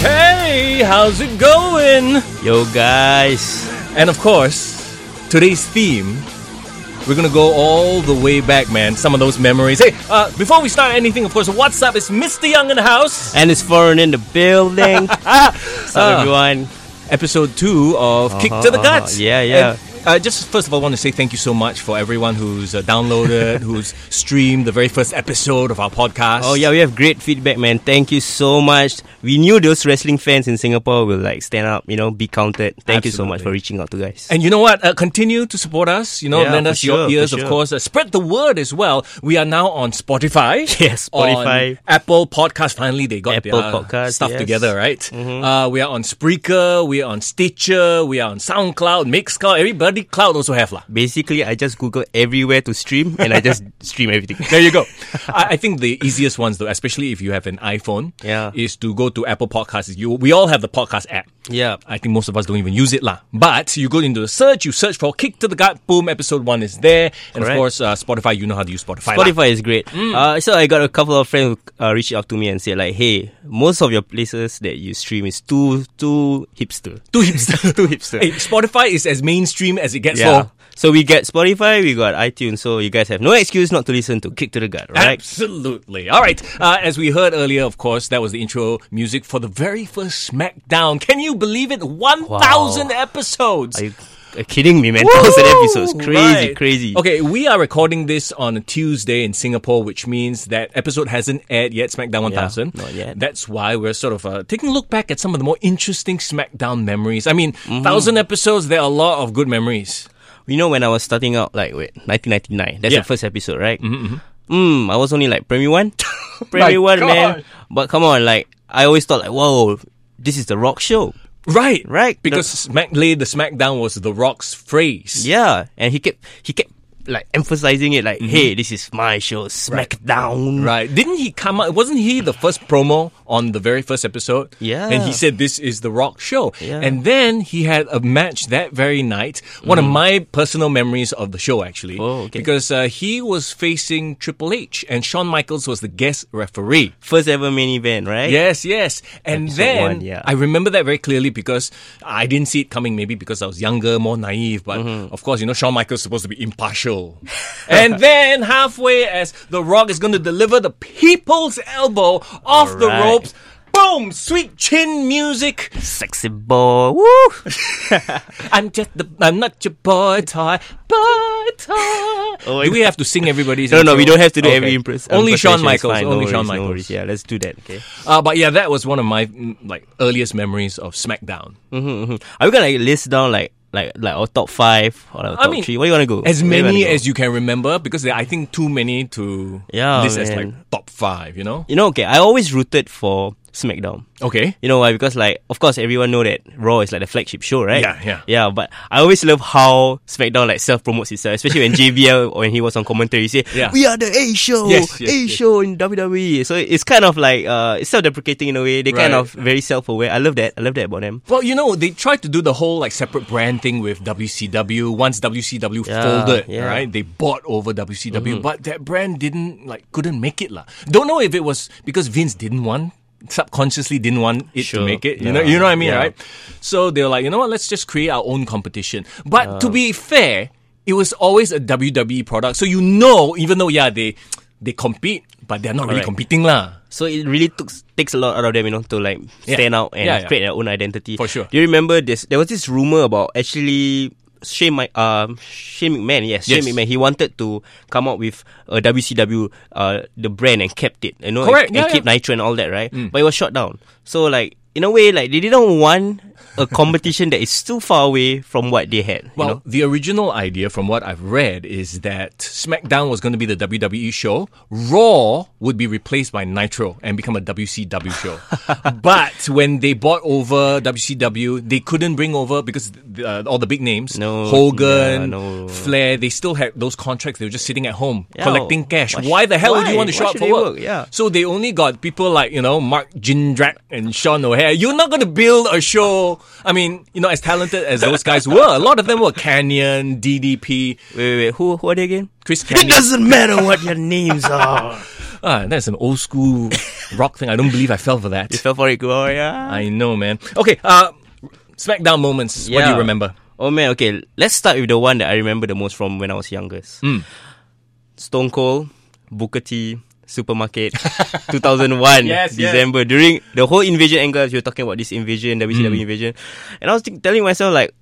Hey, how's it going? Yo, guys. And of course, today's theme, we're gonna go all the way back, man. Some of those memories. Hey, uh, before we start anything, of course, what's up? It's Mr. Young in the house. and it's foreign in the building. so everyone, Episode two of Kick to the uh-huh. Guts. Yeah, yeah. And, uh, just first of all, I want to say thank you so much for everyone who's uh, downloaded, who's streamed the very first episode of our podcast. oh yeah, we have great feedback, man. Thank you so much. We knew those wrestling fans in Singapore will like stand up, you know, be counted. Thank you so much Absolutely. for reaching out to guys. And you know what? Uh, continue to support us. You know, Yeah, lend for us your sure, ears, for of sure. course. Uh, spread the word as well. We are now on Spotify. Yes, Spotify. on Apple Podcast. Finally, they got Apple their Podcast, stuff yes. Mm-hmm. together, right? Uh, we are on Spreaker. We are on Stitcher. We are on SoundCloud, Mixcloud. Everybody, cloud also have lah. Basically, I just Google everywhere to stream, and I just stream everything. There you go. I, I think the easiest ones, though, especially if you have an iPhone, Yeah. is to go to Apple Podcasts. You, we all have the podcast app. Yeah. I think most of us don't even use it lah. But you go into the search, you search for "Kick to the Gut," boom, episode one is there, and of Correct. course uh, Spotify. You know how to use Spotify. lah. Spotify is great. Uh, so I got a couple of friends who uh, reached out to me and said like, "Hey, most of your places that you stream is too too hipster, too hipster, too hipster." Hey, Spotify is as mainstream as it gets. Yeah. For. So we got Spotify, we got iTunes, so you guys have no excuse not to listen to Kick to the Gut, right? Absolutely. All right. Uh, as we heard earlier, of course, that was the intro music for the very first SmackDown. Can you believe it? 1,000 episodes. Are you are you kidding me, man? Woo! Thousand episodes. Crazy, Right. crazy. Okay, we are recording this on a Tuesday in Singapore, which means that episode hasn't aired yet, SmackDown 1000. not yet. That's why we're sort of uh, taking a look back at some of the more interesting SmackDown memories. I mean, Mm-hmm. 1,000 episodes, there are a lot of good memories. You know when I was starting out, like wait, 1999. That's Yeah. the first episode, right? Mm-hmm. Mm, I was only like primary one, primary one, man. But come on, like I always thought, like, whoa, this is the rock show, Right. right? Because Smack lay the SmackDown was The Rock's phrase. The- yeah, and he kept he kept like emphasizing it, like, hey, this is my show, SmackDown. Mm-hmm. Right. Didn't he come out? Wasn't he the first promo on the very first episode? Yeah. And he said, This is The Rock Show. Yeah. And then he had a match that very night. One of my personal memories of the show, actually. Mm. Oh, okay. Because uh, he was facing Triple H, and Shawn Michaels was the guest referee. First ever main event, right? Yes, yes. And Episode then one, yeah. I remember that very clearly because I didn't see it coming, maybe because I was younger, more naive. But Mm-hmm. of course, you know, Shawn Michaels is supposed to be impartial. and then halfway, as The Rock is going to deliver the people's elbow off the Alright. ropes, boom, sweet chin music. Sexy boy, woo. I'm just the, I'm not your boy toy, boy toy. my do we have to sing everybody's? Oh, No, no, we intro? don't have to do Okay. every impress. Only Shawn impersonation is Michaels. fine. No Only Shawn worries, no Michaels. worries. Yeah, let's do that. Okay. Uh, but yeah, that was one of my mm, like earliest memories of SmackDown. Are we gonna like, list down like like like our top five or our I top mean, three? Where you wanna go? As Where many you wanna go? as you can remember, because there are, I think too many to Yeah, list as man. like top five. You know? You know, okay. I always rooted for SmackDown. Okay. You know why? Because like, of course, everyone know that Raw is like the flagship show, right? Yeah, yeah. yeah. But I always love how SmackDown like self promotes itself, especially when JBL or when he was on commentary, he say, Yeah. "We are the A show, Yes, yes, A yes. show in WWE." So it's kind of like uh, it's self deprecating in a way. They kind Right. of very self aware. I love that. I love that about them. Well, you know, they tried to do the whole like separate brand thing with WCW. Once WCW Yeah, folded, yeah. Mm-hmm. right? They bought over WCW, but that brand didn't like couldn't make it lah. Don't know if it was because Vince didn't want subconsciously didn't want it to Sure. make it. You Yeah. know, you know what I mean, Yeah. Uh. right? So they were like, you know what? Let's just create our own competition. But to be fair. it was always a WWE product. So you know, even though yeah, they they compete, but they're not really Correct. competing lah. So it really took, takes a lot out of them, you know, to like Yeah. stand out and Yeah, yeah. create their own identity. For sure. Do you remember this? There was this rumor about actually Shane, Mi- um, Shane McMahon. Yes, Yes. Shane McMahon. He wanted to come up with a WCW, uh, the brand and kept it, you know, Correct, and, yeah, and kept yeah. Mm. Nitro and all that, right? But it was shot down. So like. In a way, like they didn't want a competition that is too far away from what they had. Well, you know? the original idea, from what I've read, is that SmackDown was going to be the WWE show. Raw would be replaced by Nitro and become a WCW show. but when they bought over WCW, they couldn't bring over because uh, all the big names, No, Hogan, yeah, no. Flair, they still had those contracts. They were just sitting at home Yeah, collecting cash. why Why, sh- the hell would you why? want to show Why up should for they work? work? Yeah. So they only got people like, you know, Mark Jindrak and Sean O'Hare. You're not going to build a show. I mean, you know, as talented as those guys were, a lot of them were Canyon, DDP, wait, wait, wait. Who, who are they again? Chris It Canyon. doesn't matter what your names are. Ah, that's an old school rock thing. I don't believe I fell for that. you fell for it, Gloria. I know, man. Okay, uh, SmackDown moments. What do you Yeah. remember? Oh man, okay. Let's start with the one that I remember the most from when I was youngest. Hmm. Stone Cold, Booker T, Supermarket, 2001, Yes, yes. December. During the whole invasion angle, you were talking about this invasion, Hmm. WCW invasion, and I was think telling myself like,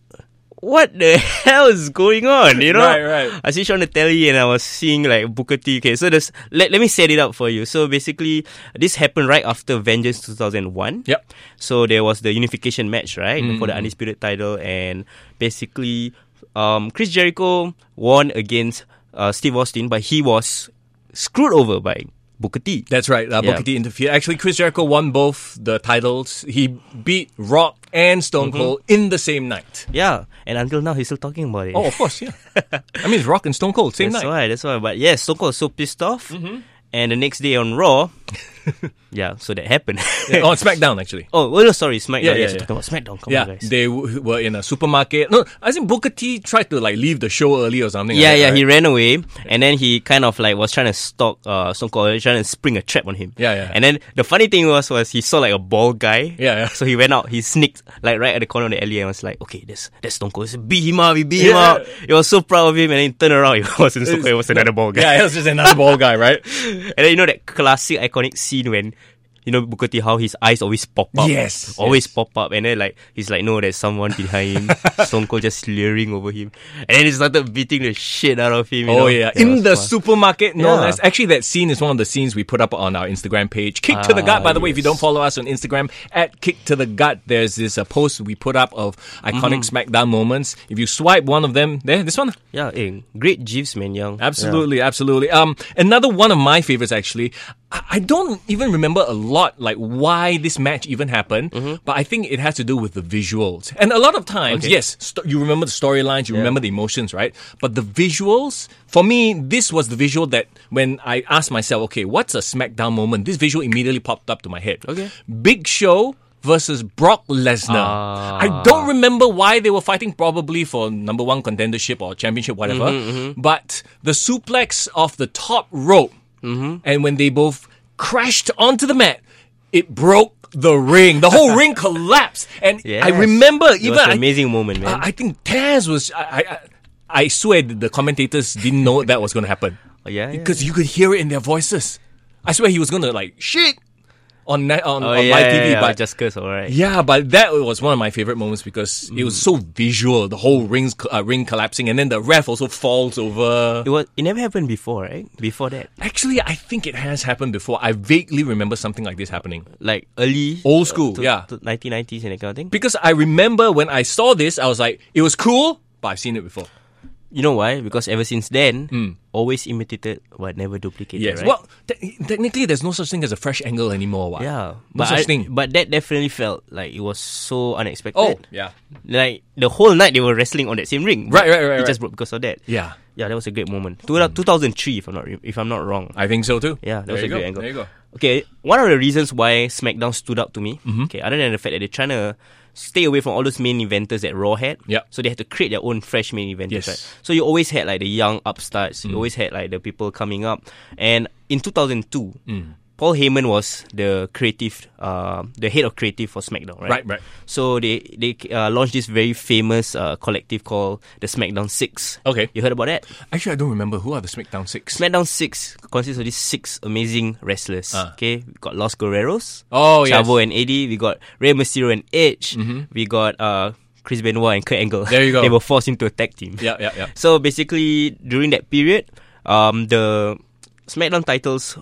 what the hell is going on? You know, Right, right. I switched on the telly and I was seeing like Booker T. Okay, so this, let let me set it up for you. So basically, this happened right after Vengeance 2001. Yep. Mm-hmm. So there was the unification match, right, for the undisputed title, and basically, um, Chris Jericho won against uh, Steve Austin, but he was screwed over by Booker T. That's right. Uh, Yeah. Booker T interfered. Actually, Chris Jericho won both the titles. He beat Rock and Stone Mm-hmm. Cold in the same night. yeah, and until now he's still talking about it. Oh, of course, yeah. I mean, it's Rock and Stone Cold same that's night. Mm-hmm. why. That's why. But yes, Stone Cold was so pissed off, and the next day on Raw, yeah, so that happened. Oh, on SmackDown actually. Oh, well, no, sorry, SmackDown. Yeah, yeah, yes, yeah. talking about SmackDown. Come yeah, on, guys. they w- were in a supermarket. No, I think Booker T tried to like leave the show early or something. yeah, like that, yeah, right? he ran away, and then he kind of like was trying to stalk uh, Stone Cold, trying to spring a trap on him. Yeah, yeah. And then the funny thing was, was he saw like a bald guy. Yeah, yeah. So he went out, he sneaked like right at the corner of the alley, and was like, "Okay, that's that's Stone Cold. So beat him up, we beat him Yeah. up." He was so proud of him, and then he turned around, it wasn't Stone Cold, it was another bald guy. Yeah, it was just another ball guy, right? And then you know that classic iconic scene when you know Booker T how his eyes always pop up. Yes, Always pop up. And then like he's like, no, there's someone behind him. Stone Cold just leering over him. And then he started beating the shit out of him. you know? Oh yeah, was in the fun. supermarket. No Yeah. less. Actually, that scene is one of the scenes we put up on our Instagram page. Kick to the gut. By the way, if you Ah, don't follow us on Instagram at Kick to the Gut, there's this uh, post we put up of iconic Mm-hmm. SmackDown moments. If you swipe one of them, there, this one. Yeah, eh, great Jeeves man young. Absolutely, absolutely. Um, another one of my favorites actually. I I don't even remember a lot like why this match even happened, but I think it has to do with the visuals. And a lot of times, yes, st- you remember the storylines, you remember the emotions, right? But the visuals, for me, this was the visual that when I asked myself, okay, what's a SmackDown moment? This visual immediately popped up to my head. Okay, Big Show. Versus Brock Lesnar. Ah. I don't remember why they were fighting, probably for number one contendership or championship, whatever. Mm-hmm, But the suplex off the top rope Mm-hmm. and when they both crashed onto the mat, it broke the ring. The whole ring collapsed. And I Yes. remember It even was an I- amazing moment, man. I, I think Taz was. I, I, I- I swear that the commentators didn't know that was going to happen Oh, yeah, yeah. because you could hear it in their voices. I swear he was going to like shit on ni- on, Oh, on yeah, my yeah, TV, yeah, but just curse, alright. yeah, but that was one of my favorite moments because it was so visual. The whole rings uh, ring collapsing, and then the ref also falls over. It was it never happened before, right? Before that. Actually, I think it has happened before. I vaguely remember something like this happening. Like early Old school, to- yeah. to 1990s and that kind of thing. Because I remember when I saw this, I was like, it was cool, but I've seen it before. You know why? Because ever since then, always imitated but never duplicated. Hmm. Yes. right? Well, te- technically, there's no such thing as a fresh angle anymore. What? Yeah, No such I- thing. But that definitely felt like it was so unexpected. oh, yeah. like the whole night they were wrestling on that same ring. Right, right, right, It right. just broke because of that. Yeah. yeah, that was a great moment. Two thousand three, if I'm not re- if I'm not wrong. I think so too. Yeah, that there was you a go. great angle. There you go. Okay, one of the reasons why SmackDown stood out to me, Mm-hmm. okay, other than the fact that they're trying to stay away from all those main eventers that Raw had, Yep. so they had to create their own fresh main eventers, Yes. Mm. right? So you always Mm. had like the young upstarts, you always had like the people coming up. And in 2002, Paul Heyman was the creative, uh, the head of creative for SmackDown, right? Right, right. So they they uh, launched this very famous uh, collective called the SmackDown Six. Okay. you heard about that? Actually, I don't remember who are the SmackDown Six. SmackDown Six consists of these six amazing wrestlers. Ah. Okay, we got Los Guerreros. Oh, yes. Mm-hmm. Chavo and Eddie. We got Rey Mysterio and Edge. We got uh, Chris Benoit and Kurt Angle. There you go. they were forced into a tag team. Yeah, yeah, yeah. So basically, during that period, um, the SmackDown titles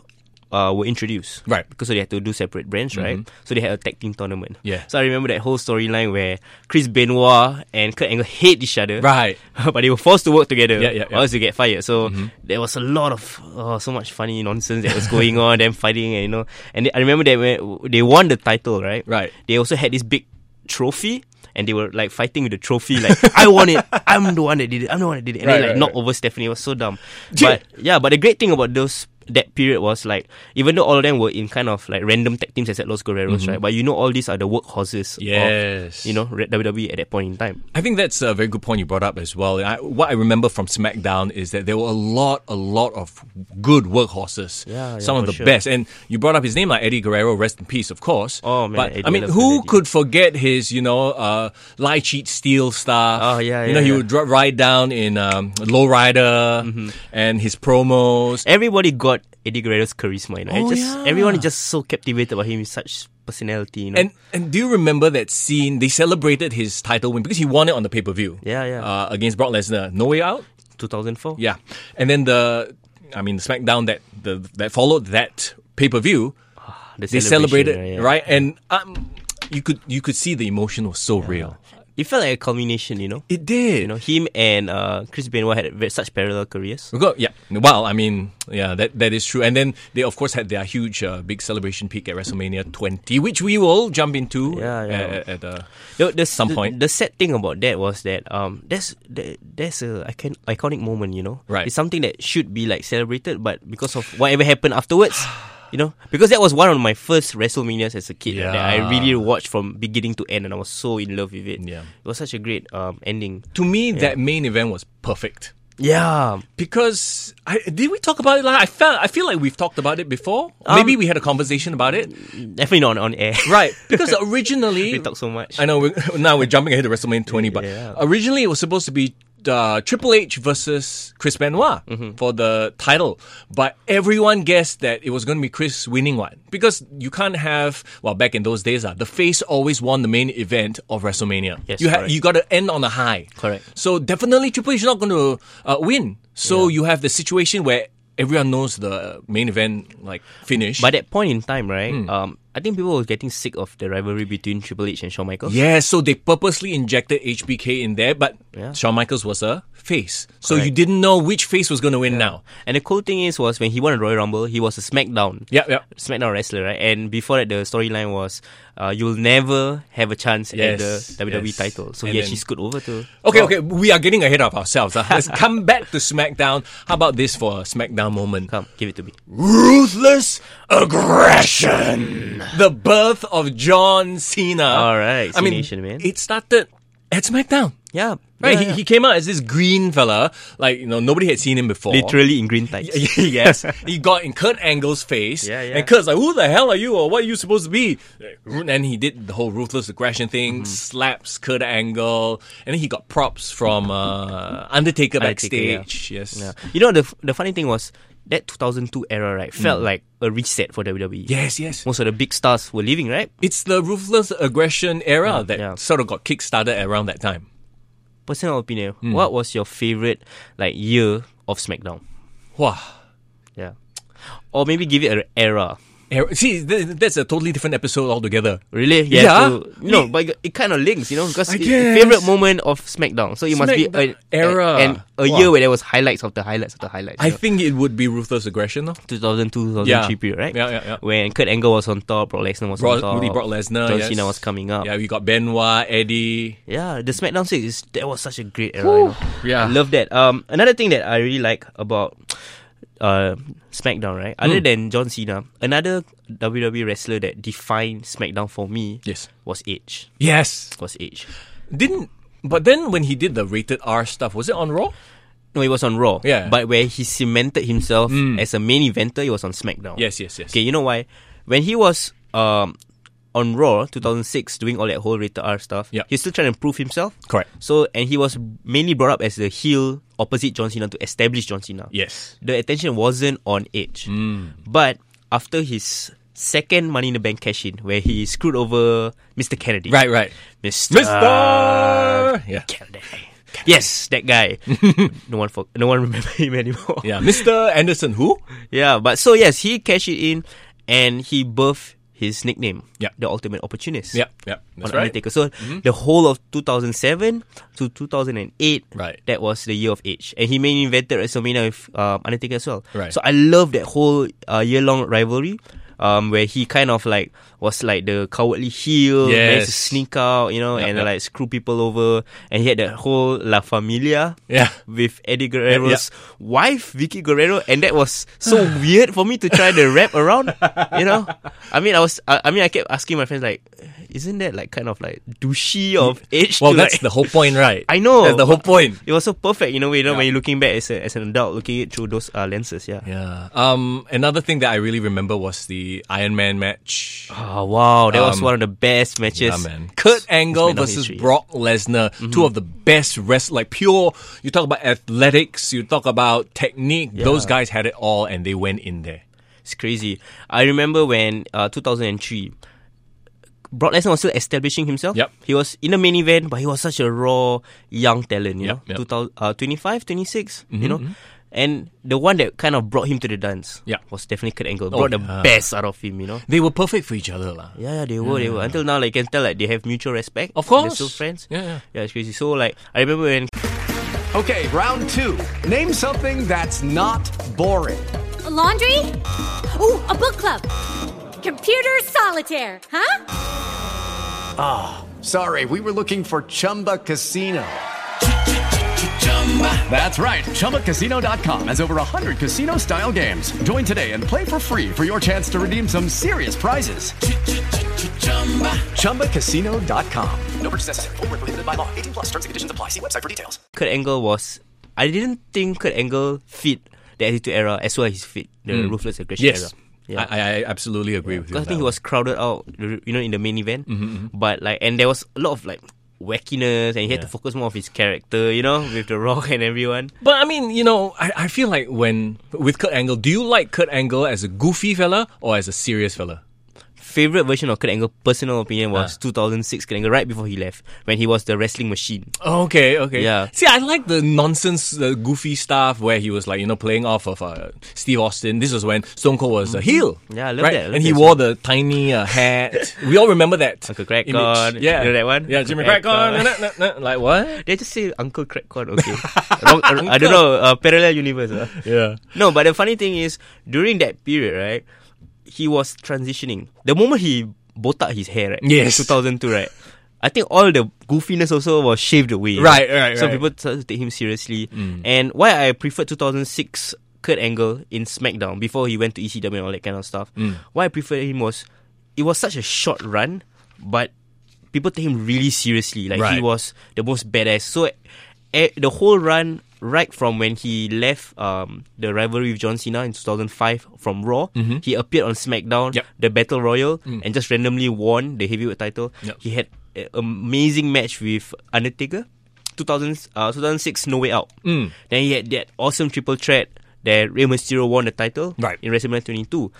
uh, were introduced. Right. Mm-hmm. Because they had to do separate brands, right? So they had a tag team tournament. Yeah. So I remember that whole storyline where Chris Benoit and Kurt Angle hate each other. Right. but they were forced to work together Yeah, yeah, yeah. or else you get fired. So Mm-hmm. there was a lot of oh, so much funny nonsense that was going on, them fighting, and you know. And they, I remember that when they won the title, right? Right. They also had this big trophy. And they were like fighting with the trophy, like I won it. I'm the one that did it. I'm the one that did it. And Right, they like right, knocked right. over Stephanie. It was so dumb. But yeah, but the great thing about those that period was like even though all of them were in kind of like random tag teams except Los Guerreros, right? But you know all these are the workhorses Mm-hmm. Yes. of you know WWE E at that point in time. I think that's a very good point you brought up as well. I, what I remember from SmackDown is that there were a lot, a lot of good workhorses. Yeah, yeah, some of for the sure. best. And you brought up his name, like Eddie Guerrero, rest in peace, of course. Oh, man, but Eddie, I mean, I love who Eddie. could forget his, you know, uh, lie, cheat, steal stuff? Oh, yeah, You know, yeah, Mm-hmm. he yeah. would dri- ride down in um, Lowrider and his promos. everybody got Eddie Guerrero's charisma. You know, Oh, It just yeah. everyone is just so captivated by him. He's such personality. You know, And and do you remember that scene? They celebrated his title win because he won it on the pay per view. Yeah, yeah. Uh, against Brock Lesnar, No Way Out. 2004. Yeah, and then the, I mean, the SmackDown that the that followed that pay per view, the they celebration, celebrated yeah, yeah. right, and um, you could you could see the emotion was so real. It felt like a culmination. You know, It did. you know him and uh, Chris Benoit had ve- such parallel careers. We got- yeah. Well, I mean, yeah, that that is true. And then they of course had their huge uh, big celebration peak at WrestleMania 20, which we will jump into. Yeah, yeah. At, at, at, uh, The, the, Some the- point. The sad thing about that was that um, there's there, there's a icon, iconic moment. You know, Right. It's something that should be like celebrated, but because of whatever happened afterwards. You know, because that was one of my first WrestleManias as a kid that I Yeah. really watched from beginning to end, and I was so in love with it. Yeah. it was such a great um, ending. to me, that main event was perfect. Yeah, Because I, did we talk about it? Like, I felt I feel like we've talked about it before. Maybe we had a conversation about it. Definitely not on air. Right, because originally We talk so much. I know. We're, now we're jumping ahead to WrestleMania 20, but Yeah. originally it was supposed to be uh, Triple H versus Chris Benoit Mm-hmm. for the title, but everyone guessed that it was going to be Chris winning one because you can't have well back in those days uh, the face always won the main event of WrestleMania. Yes, you correct. you got to end on a high. Correct. So definitely Triple H is not going to uh, win. So you have the situation where. Everyone knows the main event like finish. By that point in time, right? Hmm. Um, I think people were getting sick of the rivalry between Triple H and Shawn Michaels. Yeah, so they purposely injected HBK in there, but Yeah. Shawn Michaels was a face. So you Correct. didn't know which face was going to win now. And the cool thing is, was when he won a Royal Rumble, he was a SmackDown. Yeah, yeah. SmackDown wrestler, right? And before that, the storyline was, uh, you'll never have a chance at Yes, the WWE yes. title. So And he then- actually scoot over to. Okay, Oh, okay, we are getting ahead of ourselves. huh? Let's come back to SmackDown. How about this for a SmackDown moment? Come, give it to me. Ruthless aggression. The birth of John Cena. All right, I mean, C-Nation, man. it started at SmackDown. Yeah, Right, yeah, he, yeah. he came out as this green fella, like you know nobody had seen him before. literally in green tights. yes, he got in Kurt Angle's face. Yeah, yeah. And Kurt's like, who the hell are you or what are you supposed to be? And then he did the whole ruthless aggression thing, Mm-hmm. slaps Kurt Angle, and then he got props from uh, Undertaker, Undertaker, yeah. backstage. Yes. Yeah. You know the f- the funny thing was that 2002 era, right? Felt like a reset for WWE. Mm. Yes, yes. Most of the big stars were leaving, right? It's the ruthless aggression era that yeah. sort of got kickstarted around that time. personal opinion, Mm. what was your favorite like year of SmackDown? Wow. Yeah, or maybe give it an era. Era- See, th- that's a totally different episode altogether. Really? You have Yeah. to- no, Ye- but it- it kind of links, you know, because I it- guess. favorite moment of SmackDown. So it must be Smackdown an era. and a Wow. year where there was highlights of the highlights of the highlights. I you know. think it would be ruthless aggression, though. 2002, 2003 Yeah. period, right? Yeah, yeah, yeah. When Kurt Angle was on top, Brock Lesnar was Brock, on top, Rudy Brock Lesnar. John yes. Cena was coming up. Yeah, we got Benoit, Eddie. Yeah, the SmackDown six is that was such a great era. You know? Yeah. I love that. Um, another thing that I really like about uh SmackDown, right? Other Hmm. than John Cena, another WWE wrestler that defined SmackDown for me, Yes. was Edge. Yes. Was Edge? Didn't but then when he did the rated R stuff, was it on Raw? No, it was on Raw. Yeah. Mm. But where he cemented himself as a main eventer, it was on SmackDown. Yes, yes, yes. Okay, you know why? When he was um, on Raw 2006 doing all that whole rated R stuff, Yup. he's still trying to prove himself. Correct. So, and he was mainly brought up as the heel opposite John Cena to establish John Cena. Yes. Mm. The attention wasn't on Edge. But after his second Money in the Bank cash in, where he screwed over Mr. Kennedy. Right, right. Mr. Mister. Yeah. Kennedy. Yes, that guy. no one for, no one remember him anymore. Yeah, Mr. Anderson who? Yeah, but so yes, he cashed it in and he birthed his nickname, Yeah. the Ultimate Opportunist. Yep, yep. On That's right. Mm-hmm. Undertaker. So the whole of 2007 to 2008, Right. that was the year of age. And he main invented WrestleMania with um, Undertaker as well. Right. So I love that whole uh, year long rivalry um, where he kind of like was like the cowardly heel, Yes. managed to sneak out, you know, Yep, and yep. like screw people over. And he had that whole La Familia Yeah. with Eddie Guerrero's wife, Vicky Guerrero, and that was so weird for me to try to wrap around. You know, I mean, I was, I, I mean, I kept asking my friends like, isn't that like kind of like douchey of age? Mm. Well, to, that's like- the whole point, right? I know That's the whole point. It was so perfect, you know, you know, when you're looking back as, a, as an adult, looking it through those uh, lenses. Yeah. Yeah. Um, another thing that I really remember was the Iron Man match. Oh wow, that was Um, one of the best matches. Yeah, man. Kurt Angle made no versus history. Brock Lesnar, two of the best wrestlers, like pure. You talk about athletics, you talk about technique. Those guys had it all, and they went in there. It's crazy. I remember when uh, 2003, Brock Lesnar was still establishing himself. Yep. He was in the main event, but he was such a raw young talent, you Yep, know, yep. 2000, uh, 25, 26, Mm-hmm, you know. And the one that kind of brought him to the dance Yeah. was definitely Kurt Angle. Oh, Brought the yeah. best out of him, you know. They were perfect for each other, lah. Yeah, yeah, they were, they were. Until now, like, you can tell, like, they have mutual respect. Of They're course. still friends. Yeah, yeah. Yeah, it's crazy. So, like, I remember when Okay, round two. Name something that's not boring. laundry? Ooh, a book club. Computer solitaire, huh? Sorry, we were looking for Chumba Casino. That's right. ChumbaCasino.com has over 100 casino style games. Join today and play for free for your chance to redeem some serious prizes. ChumbaCasino.com. No purchase necessary. Void where prohibited by law. 18 plus terms and conditions apply. See website for details. Kurt Angle was, I didn't think Kurt Angle fit the Attitude Era as well as he fit the Ruthless Aggression Era. Mm. Yes, Yeah. I, I- I absolutely agree with you. Because I on think that Mm-hmm, he was crowded out, you know, in the main event. But like, and there was a lot of like wackiness, and he had to focus more of his character, you know, with the Rock and everyone. one. But I mean, you know, I, I feel like when with Kurt Angle, do you like Kurt Angle as a goofy fella or as a serious fella? Favorite version of Kurt Angle, personal opinion, Ah. was 2006 Kurt Angle, right before he left, when he was the wrestling machine. Okay, okay. Yeah. See, I like the nonsense, the goofy stuff where he was like, you know, playing off of uh, Steve Austin. This was when Stone Cold was a heel. Yeah, I love right? that, I love and he that wore the tiny uh, hat. we all remember that. Uncle Crack image. on. Yeah. You know that one? Yeah, Jimmy Crack Crack on. on. Nah, nah, nah, nah. Like what? Did I just say Uncle Crackkon? Okay. Wrong- I don't know, uh, parallel universe. Uh. Yeah. No, but the funny thing is, during that period, right, he was transitioning. The moment he botak his hair, right? Yes. 2002, right? I think all the goofiness also was shaved away. Right, right, Mm. So right. people started to take him seriously. And why I preferred 2006 Kurt Angle in SmackDown before he went to ECW and all that kind of stuff, Mm. why I preferred him was it was such a short run, but people take him really seriously. Like he Right. was the most badass. So eh, the whole run, right from when he left um, the rivalry with John Cena in 2005 from Raw, he appeared on SmackDown, Mm-hmm. Yep. Mm. the Battle Royal, and just randomly won the heavyweight title. Yep. He had an amazing match with Undertaker. 2000, uh, 2006 No Way Out. Mm. Then he had that awesome triple threat that Rey Mysterio won the title Right. Mm-hmm. in WrestleMania 22.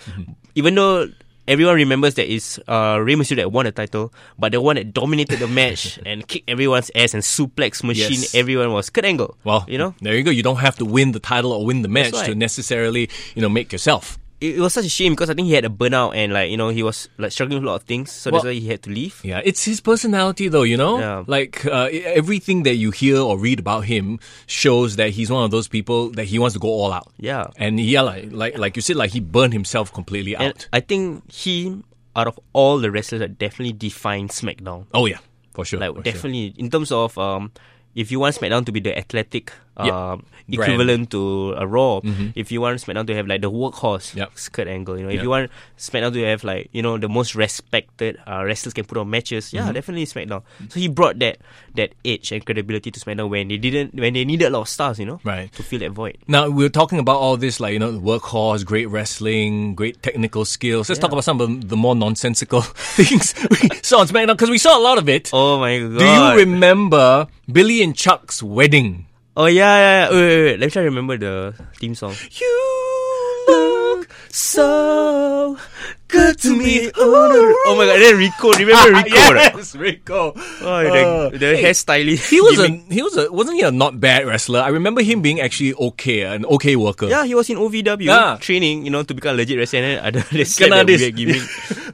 Even though everyone remembers that it's uh, Rey Mysterio that won the title, but the one that dominated the match and kicked everyone's ass and suplex machine Yes. everyone was Kurt Angle. Well, you know, there you go. You don't have to win the title or win the match That's to right. necessarily, you know, make yourself. it, it was such a shame because I think he had a burnout and like you know he was like struggling with a lot of things, so that's Well- why he had to leave. Yeah, it's his personality, though. You know, Yeah. like uh, e- everything that you hear or read about him shows that he's one of those people that he wants to go all out. Yeah. and yeah, like like, like you said, like he burned himself completely And out. I think he, out of all the wrestlers, that definitely defined SmackDown. oh yeah, for sure. like for sure. definitely in terms of um, if you want SmackDown to be the athletic um, Brand. equivalent to a Raw. Mhm. If you want SmackDown to have like the workhorse skirt angle, you know, if Yep. you want SmackDown to have like you know the most respected uh, wrestlers can put on matches, yeah, Mhm. definitely SmackDown. So he brought that that edge and credibility to SmackDown when they didn't when they needed a lot of stars, you know, Right. to fill that void. Now we're talking about all this, like you know, workhorse, great wrestling, great technical skills. Let's talk about some of the more nonsensical things we saw on SmackDown because we saw a lot of it. Oh my god! Do you remember Billy and Chuck's wedding? Oh yeah, yeah, yeah. Wait, wait, wait. Let me try to remember the theme song. So good to me. Oh my god, then Rico, remember Rico? right? yes, Rico. Oh, the the hey, hairstylist. He was a he was a wasn't he a not bad wrestler? I remember him being actually okay, an okay worker. Yeah, he was in OVW Yeah. training, you know, to become a legit wrestler. And then other- they slap Kena that this. weird gimmick.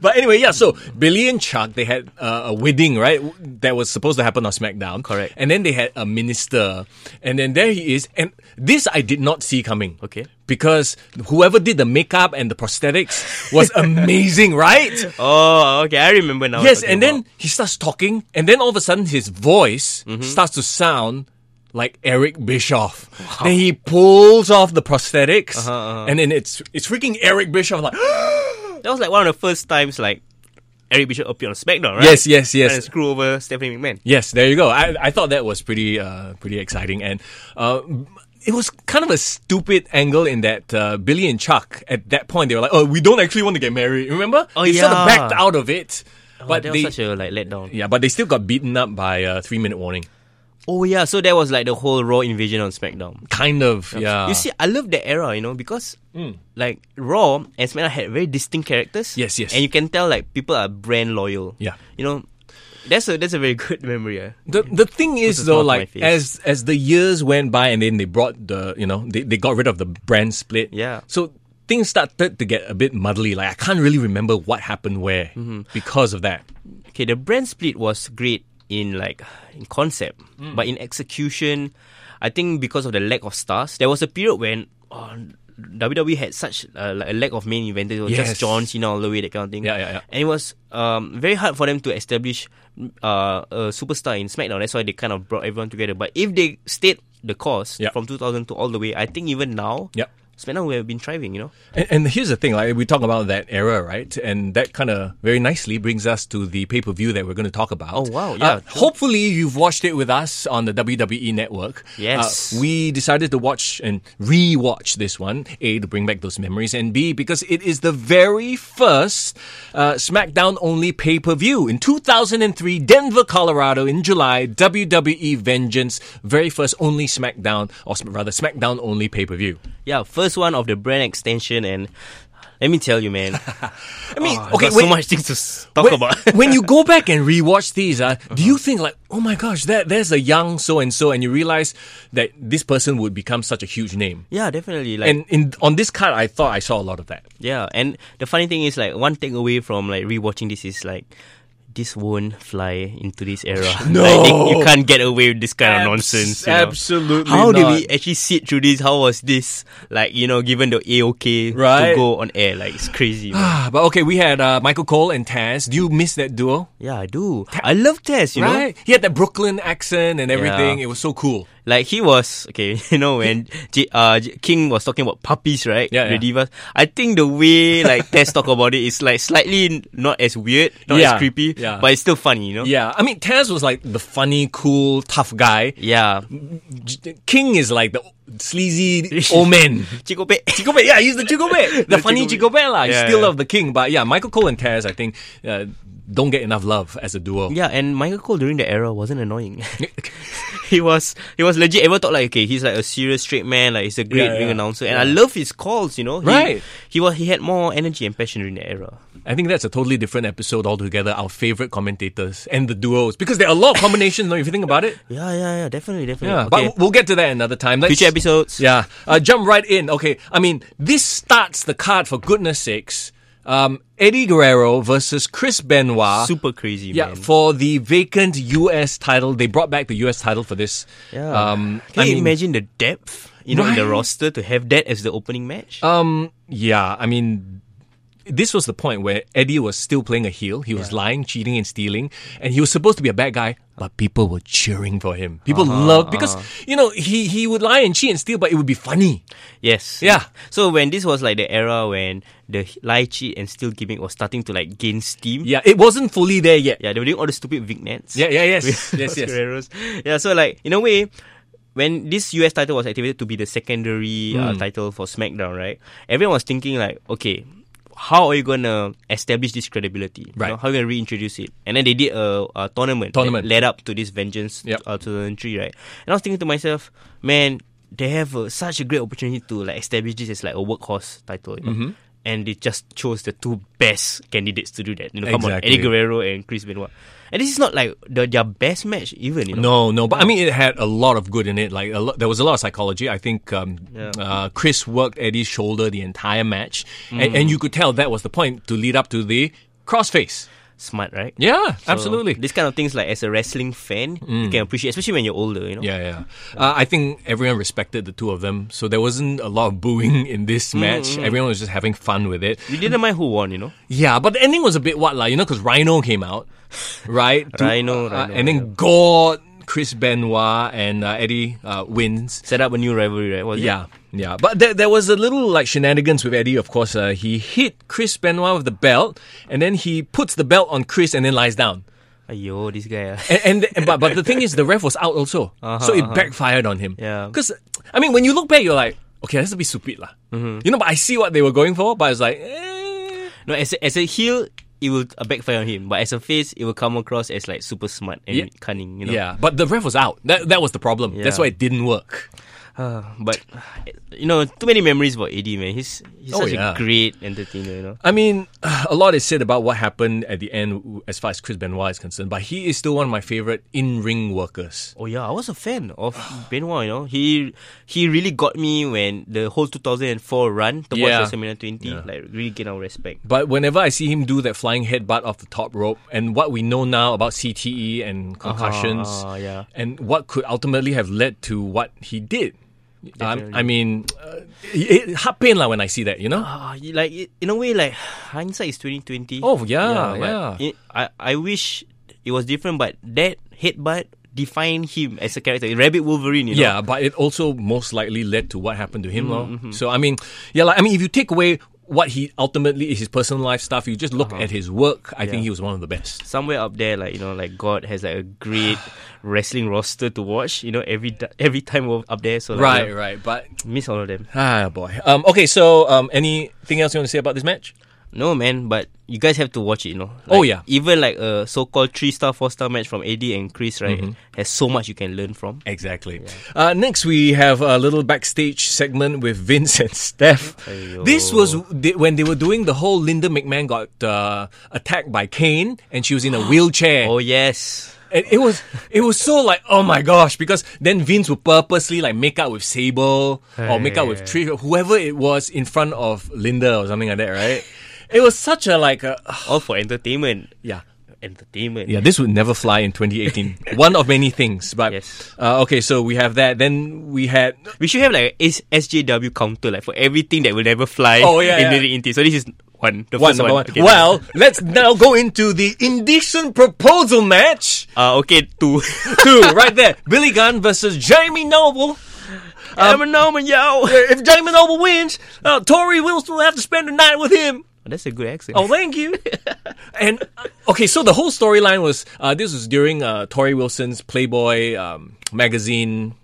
but anyway, yeah. So Billy and Chuck, they had uh, a wedding, right? w- That was supposed to happen on SmackDown. Correct. And then they had a minister, and then there he is. And this I did not see coming. Okay. Because whoever did the makeup and the prosthetics was amazing, right? Oh, okay, I remember now. yes. what you're And talking then he starts talking, and then all of a sudden his voice Mm-hmm. starts to sound. Like Eric Bischoff, then he pulls off the prosthetics, Uh-huh, and then it's it's freaking Eric Bischoff. Like, about. that was like one of the first times like Eric Bishop appeared on SmackDown, right? Yes, yes, yes. Trying to screw over Stephanie McMahon. Yes, there you go. I, I thought that was pretty uh, pretty exciting, and uh, it was kind of a stupid angle in that uh, Billy and Chuck at that point they were like, "Oh, we don't actually want to get married." Remember? Oh, they sort of yeah. backed out of it, But but that they was such a like letdown. yeah, but they still got beaten up by a three minute warning. Oh yeah, so that was like the whole Raw invasion on SmackDown. Kind of, yeah. You see, I love that era, you know, because Hmm. like Raw and SmackDown had very distinct characters. Yes, yes. And you can tell like people are brand loyal. Yeah. You know, that's a that's a very good memory. Yeah. The the thing is a though, smile to my like face. as as the years went by and then they brought the you know, they, they got rid of the brand split. Yeah. So things started to get a bit muddly. Like I can't really remember what happened where Mm-hmm. because of that. okay, the brand split was great in like in concept, Mm. but in execution, I think because of the lack of stars, there was a period when oh, WWE had such uh, like a lack of main eventers, it was Yes. just John Cena all the way, that kind of thing. Yeah, yeah, yeah. And it was um, very hard for them to establish uh, a superstar in SmackDown. That's why they kind of brought everyone together. But if they stayed the course Yep. from 2000 to all the way, I think even now, Yep. SmackDown would have been thriving. You know. And, and here's the thing, like we talk about that era, right? And that kind of very nicely brings us to the pay per view that we're going to talk about. Oh, wow, yeah, Uh, sure. hopefully, you've watched it with us on the WWE Network. Yes. Uh, we decided to watch and re-watch this one. A to bring back those memories, and B because it is the very first uh, SmackDown only pay per view in 2003, Denver, Colorado, in July. WWE Vengeance, very first only SmackDown, or sm- rather SmackDown only pay per view. Yeah, first one of the brand extension, and let me tell you, man. I mean, Ah, okay, got wait- so much things to s- talk when, about. Uh-huh. when you go back and rewatch these, uh, do you think like, oh my gosh, that there's a young so and so, and you realize that this person would become such a huge name? yeah, definitely. Like, And in on this card, I thought I saw a lot of that. yeah, and the funny thing is, like, one takeaway from like rewatching this is like. This won't fly into this era. No, you can't get away with this kind of nonsense. you know. absolutely How did not. we actually sit through this? How was this like? You know, given the AOK Right. to go on air, like it's crazy. man. Ah, but okay, we had uh, Michael Cole and Taz. Do you miss that duo? yeah, I do. I love Tess. You know, right? He had that Brooklyn accent and everything. Yeah. It was so cool. Like he was okay, you know when J, uh, J- King was talking about puppies, right? Yeah, the yeah. divas. I think the way like Tess talk about it is like slightly n- not as weird, not Yeah, as creepy, yeah. but it's still funny, you know. Yeah, I mean Taz was like the funny, cool, tough guy. yeah. J- King is like the sleazy old man. Chico Pe. Chico Bear, yeah, he's the Chico Bear. The, The funny Chico Chico Bear, lah. He's Yeah, still yeah. love the king. But yeah, Michael Cole and Taz, I think, uh, don't get enough love as a duo. Yeah, and Michael Cole during the era wasn't annoying. he was he was legit. Everyone thought like, okay, he's like a serious straight man, like he's a great Yeah, ring yeah. announcer, and I love his calls. You know, He- Right. He was he had more energy and passion during the era. I think that's a totally different episode altogether. Our favorite commentators and the duos. Because there are a lot of combinations, though, if you think about it. Yeah, yeah, yeah, definitely, definitely. Yeah, okay. But we'll get to that another time. Let's- Future episodes. Yeah. Uh, jump right in. Okay. I mean, this starts the card, for goodness sakes. Um, Eddie Guerrero versus Chris Benoit. Super crazy, Yeah, man. for the vacant US title. They brought back the US title for this. Yeah. Um, Can I you mean- imagine the depth, you know, in the Right. Uh, roster to have that as the opening match? Um, yeah, I mean, this was the point where Eddie was still playing a heel. He was lying, cheating, and stealing, and he was supposed to be a bad guy. But people were cheering for him. People Uh-huh, loved because uh-huh. you know he he would lie and cheat and steal, but it would be funny. Yes. Yeah. So when this was like the era when the lie, cheat, and still giving was starting to like gain steam. Yeah, it wasn't fully there yet. Yeah, they were doing all the stupid vignettes. Yeah, yeah, yes. with Yes, Los yes. Guerreros. Yeah, so like in a way, when this US title was activated to be the secondary uh, Mm. title for SmackDown, right? Everyone was thinking like, okay, how are you gonna establish this credibility? You Right. know, how are you gonna reintroduce it? And then they did a, a tournament, Tournament. that led up to this Vengeance Yep. uh, 2003, right? And I was thinking to myself, man, they have uh, such a great opportunity to like establish this as like a workhorse title. you know? Mhm. And they just chose the two best candidates to do that. You know, come on, Exactly. Eddie Guerrero and Chris Benoit. And this is not like the, their best match, even. You No, know? no, but I mean, it had a lot of good in it. Like, a lot, there was a lot of psychology. I think um, Yeah. uh, Chris worked Eddie's shoulder the entire match, and, Mm. and you could tell that was the point to lead up to the crossface. smart, right? Yeah, So, absolutely. Mm. This kind of things, like as a wrestling fan, you can appreciate, especially when you're older. You know. Yeah, yeah. Uh, I think everyone respected the two of them, so there wasn't a lot of booing in this match. Mm-hmm. Everyone was just having fun with it. We didn't mind who won, you know. Yeah, but the ending was a bit what, like, you know, because Rhino came out, right? To- Rhino, uh, Rhino, and then Rhino. Gore, Chris Benoit, and uh, Eddie uh, wins. Set up a new rivalry, right? Was it? Yeah, yeah. But there, there was a little like shenanigans with Eddie, of course. Uh, he hit Chris Benoit with the belt, and then he puts the belt on Chris and then lies down. Ayo, this guy. ah. And, and but, but the thing is, the ref was out also. so it backfired on him. Uh-huh, Yeah. Because, I mean, when you look back, you're like, okay, that's a bit stupid. lah. Mm-hmm. You know, but I see what they were going for, but it's like, eh. no, as a, as a heel, it will uh, backfire on him, but as a face, it will come across as like super smart and Yeah. cunning. You know. Yeah, but the ref was out. That, that was the problem. That's Yeah. why it didn't work. But you know, too many memories about Eddie, man. He's he's Oh, such yeah. a great entertainer. You know. I mean, a lot is said about what happened at the end w- as far as Chris Benoit is concerned, but he is still one of my favorite in ring workers. Oh yeah, I was a fan of Benoit. You know, he he really got me when the whole 2004 run towards Yeah. WrestleMania 20, like really gained our respect. But whenever I see him do that flying headbutt off the top rope and what we know now about CTE and concussions ah, yeah. and what could ultimately have led to what he did. Um, Definitely. I mean, uh, it, it, heart pain lah when I see that, you know? Ah, you- like it- in a way, like hindsight is twenty twenty. Oh, yeah, yeah. I I wish it was different, but that headbutt defined him as a character. Rabbit Wolverine, you know. Yeah, Mm-hmm. but it also most likely led to what happened to him, lor. So I mean, yeah, like I mean, if you take away what he ultimately is, his personal life stuff, you just look at his work. I think he was one of the best. somewhere up there, like you know, like God has like a great wrestling roster to watch. You know, every ti- every time we're up there, so like, Right, you know, right. But miss all of them. ah, boy. Um, okay, so um, anything else you want to say about this match? No man, but you guys have to watch it, you know. Oh, Like, yeah. Even like a so-called three-star, four-star match from AD and Chris, right? Mm-hmm. Has so much you can learn from. Exactly. Uh, next, we have a little backstage segment with Vince and Steph. This was the- when they were doing the whole Linda McMahon got uh, attacked by Kane, and she was in a wheelchair. Oh yes. And it was it was so like oh my gosh because then Vince would purposely like make out with Sable or make out with Trish or whoever it was in front of Linda or something like that, right? It was such a like a All for entertainment. yeah. Entertainment. Yeah, this would never fly in 2018. One of many things, but Yes. uh, okay. So we have that. Then we had We should have like a S- SJW counter, like for everything that will never fly Oh, yeah, in yeah. the indie. So this is one. The one first number one. one. Okay. Well, let's now go into the indecent proposal match. uh, okay, two. Two right there: Billy Gunn versus Jamie Noble. Um, I'm a Norman, yo. If Jamie Noble wins, uh, Tori Wilson will have to spend the night with him. That's a good accent. Oh, thank you. and uh, okay, so the whole storyline was uh, this was during uh, Tori Wilson's Playboy um, magazine.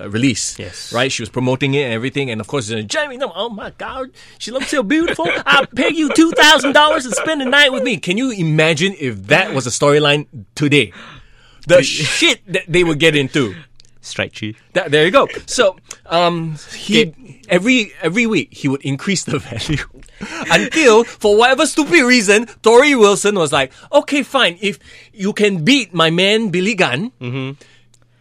Uh, release, Yes. right. She was promoting it and everything, and of course, uh, Jamie. No, oh my God, she looks so beautiful. I'll pay you two thousand dollars and spend the night with me. Can you imagine if that was a storyline today? The shit that they would get into. Strike three. That, there you go. So um, he every every week he would increase the value until, for whatever stupid reason, Tori Wilson was like, "Okay, fine. If you can beat my man Billy Gunn, Mm-hmm.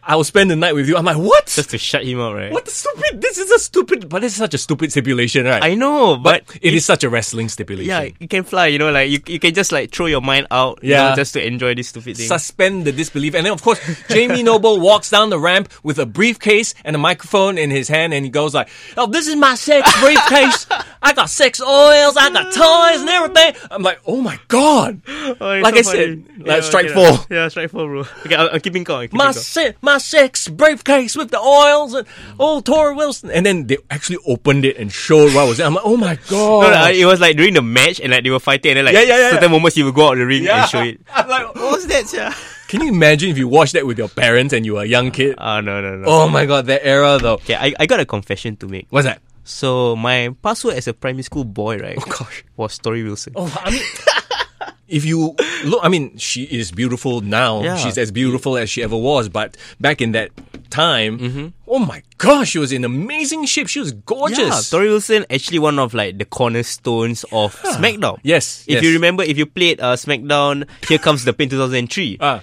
I will spend the night with you." I'm like, "What? Just to shut him out, right? what the stupid? This is a stupid. But this is such a stupid stipulation, right? I know, but, it is such a wrestling stipulation. Yeah, you can fly, you know, like you, you can just like throw your mind out, Yeah. you know, just to enjoy this stupid thing. Suspend the disbelief, and then of course Jamie Noble walks down the ramp with a briefcase and a microphone in his hand, and he goes like, "Oh, this is my sex briefcase. I got sex oils, I got toys and everything. I'm like, oh my god. it's like Oh, so I said, funny. like Yeah, strike okay, four. Yeah, strike four, bro. Okay, I'm, I'm keeping going. My se- my sex briefcase with the oils and old Tori Wilson, and then they actually opened it and showed what was it. I'm like, oh my god! No, no, it was like during the match and like they were fighting and then like Yeah, yeah, yeah, certain yeah. moments you would go out of the ring Yeah. and show it. I'm like, What was that, yeah? Can you imagine if you watched that with your parents and you were a young kid? Oh, no, no, no. Oh my god, that era though. Okay, I, I got a confession to make. What's that? So my password as a primary school boy, right? Oh gosh. was Tori Wilson. Oh, I mean, if you look, I mean, she is beautiful now. Yeah. She's as beautiful as she ever was. But back in that time, Mm-hmm. oh my gosh, she was in amazing shape. She was Yeah, gorgeous. Tori Wilson actually one of like the cornerstones of SmackDown. Yes, If yes. you remember, if you played uh, SmackDown, Here Comes the Pain 2003. Ah,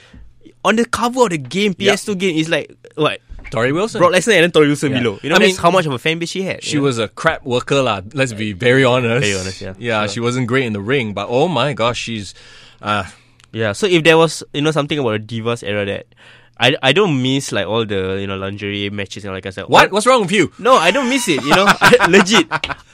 on the cover of the game, PS2 game, is like what Tori Wilson. Brock Lesnar and then Tori Wilson Yeah. below. You know, I that's mean, how much of a fan base she had. she was a crap worker, lah. Let's be very honest. Very honest, yeah. Yeah, Sure. she wasn't great in the ring, but oh my gosh, she's. Uh, yeah. So if there was you know something about the divas era that I I don't miss like all the you know lingerie matches and all that kind of stuff. what? What's wrong with you? No, I don't miss it. You know, I- legit.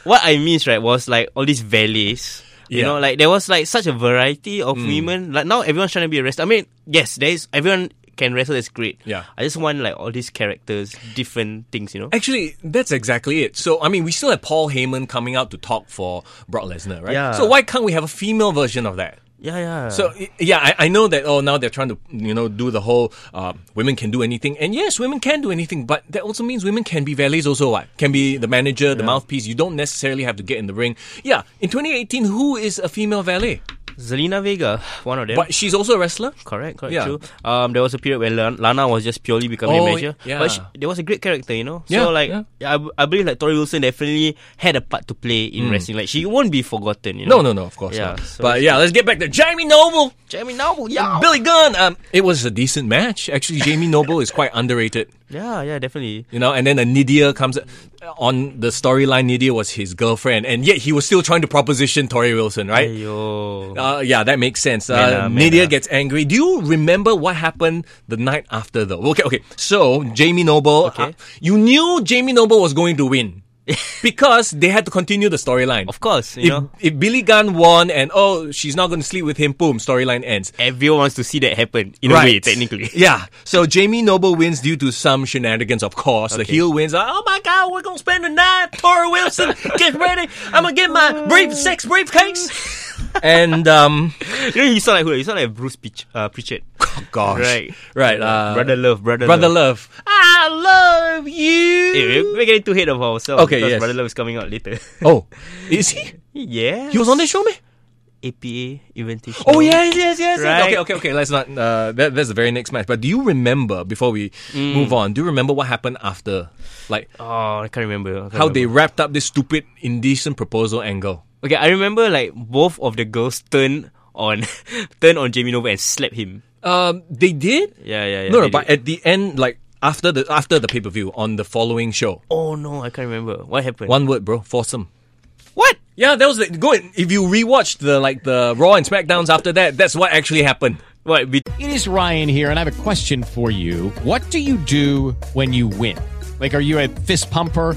What I miss right was like all these valets. You Yeah. Mm. know, like there was like such a variety of women. Like now, everyone's trying to be a wrestler. I mean, yes, there is everyone can wrestle. That's great. Yeah. I just want like all these characters, different things. You know. Actually, that's exactly it. So, I mean, we still have Paul Heyman coming out to talk for Brock Lesnar, right? Yeah. So, why can't we have a female version of that? Yeah, yeah. So y- yeah, I, I know that. Oh, now they're trying to you know do the whole uh, women can do anything, and yes, women can do anything, but that also means women can be valets also. What can be the manager, the mouthpiece. You don't necessarily have to get in the ring. Yeah, in 2018, who is a female valet? Zelina Vega, one of them. But she's also a wrestler. Correct, correct, Yeah. true. Um, there was a period where Lan- Lana was just purely becoming Oh, a manager, yeah. but she, there was a great character, you know. Yeah, so like, yeah. I, I believe like Tori Wilson definitely had a part to play in wrestling. Like she won't be forgotten, you know. No, Hmm. no, no. Of course Yeah, not. so but yeah, let's get back to Jamie Noble. Jamie Noble, yeah, Billy Gunn. Um, it was a decent match actually. Jamie Noble is quite underrated. yeah, yeah, definitely. You know, and then a Nidia comes uh, on the storyline. Nidia was his girlfriend, and yet he was still trying to proposition Tori Wilson, right? Ayo. Uh, yeah, that makes sense. Uh, Man, uh, man, Nidia uh. gets angry. Do you remember what happened the night after, though? Okay, okay. So, Jamie Noble, uh, Okay. you knew Jamie Noble was going to win. because they had to continue the storyline. Of course, you If, know. if Billy Gunn won and, oh, she's not going to sleep with him, boom, storyline ends. Everyone wants to see that happen in a way, technically. Yeah. So Jamie Noble wins due to some shenanigans, of course. The heel wins. Oh my God, we're going to spend the night. Tori Wilson, get ready. I'm going to get my brief sex briefcase. and, um, you know, you sound like who? You sound like Bruce Pitch, uh, Pritchett. Oh, gosh. Right. Right. Uh, brother love, brother, Brother love. I love you. Hey, we're we're getting too ahead of ourselves. Okay, because yes. brother love is coming out later. Oh, is he? yeah, He was on the show, man? APA invitation. Oh, yes, yes, yes. yes. Right. Okay, okay, okay. Let's not. Uh, that, that's the very next match. But do you remember, before we move on, do you remember what happened after? Like, Oh, I can't remember. I can't how they remember. wrapped up this stupid, indecent proposal angle? Okay, I remember like both of the girls turn on turn on Jamie Noble and slap him. Um, they did? Yeah, yeah, yeah. no, no, they but did. at the end, like, after the after the pay per view on the following show, oh no, I can't remember what happened. one word, bro, foursome. what? Yeah, that was the, go. and- If you rewatch the like the Raw and Smackdowns after that, that's what actually happened. What? Be- It is Ryan here, and I have a question for you. What do you do when you win? Like, are you a fist pumper?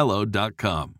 O.com.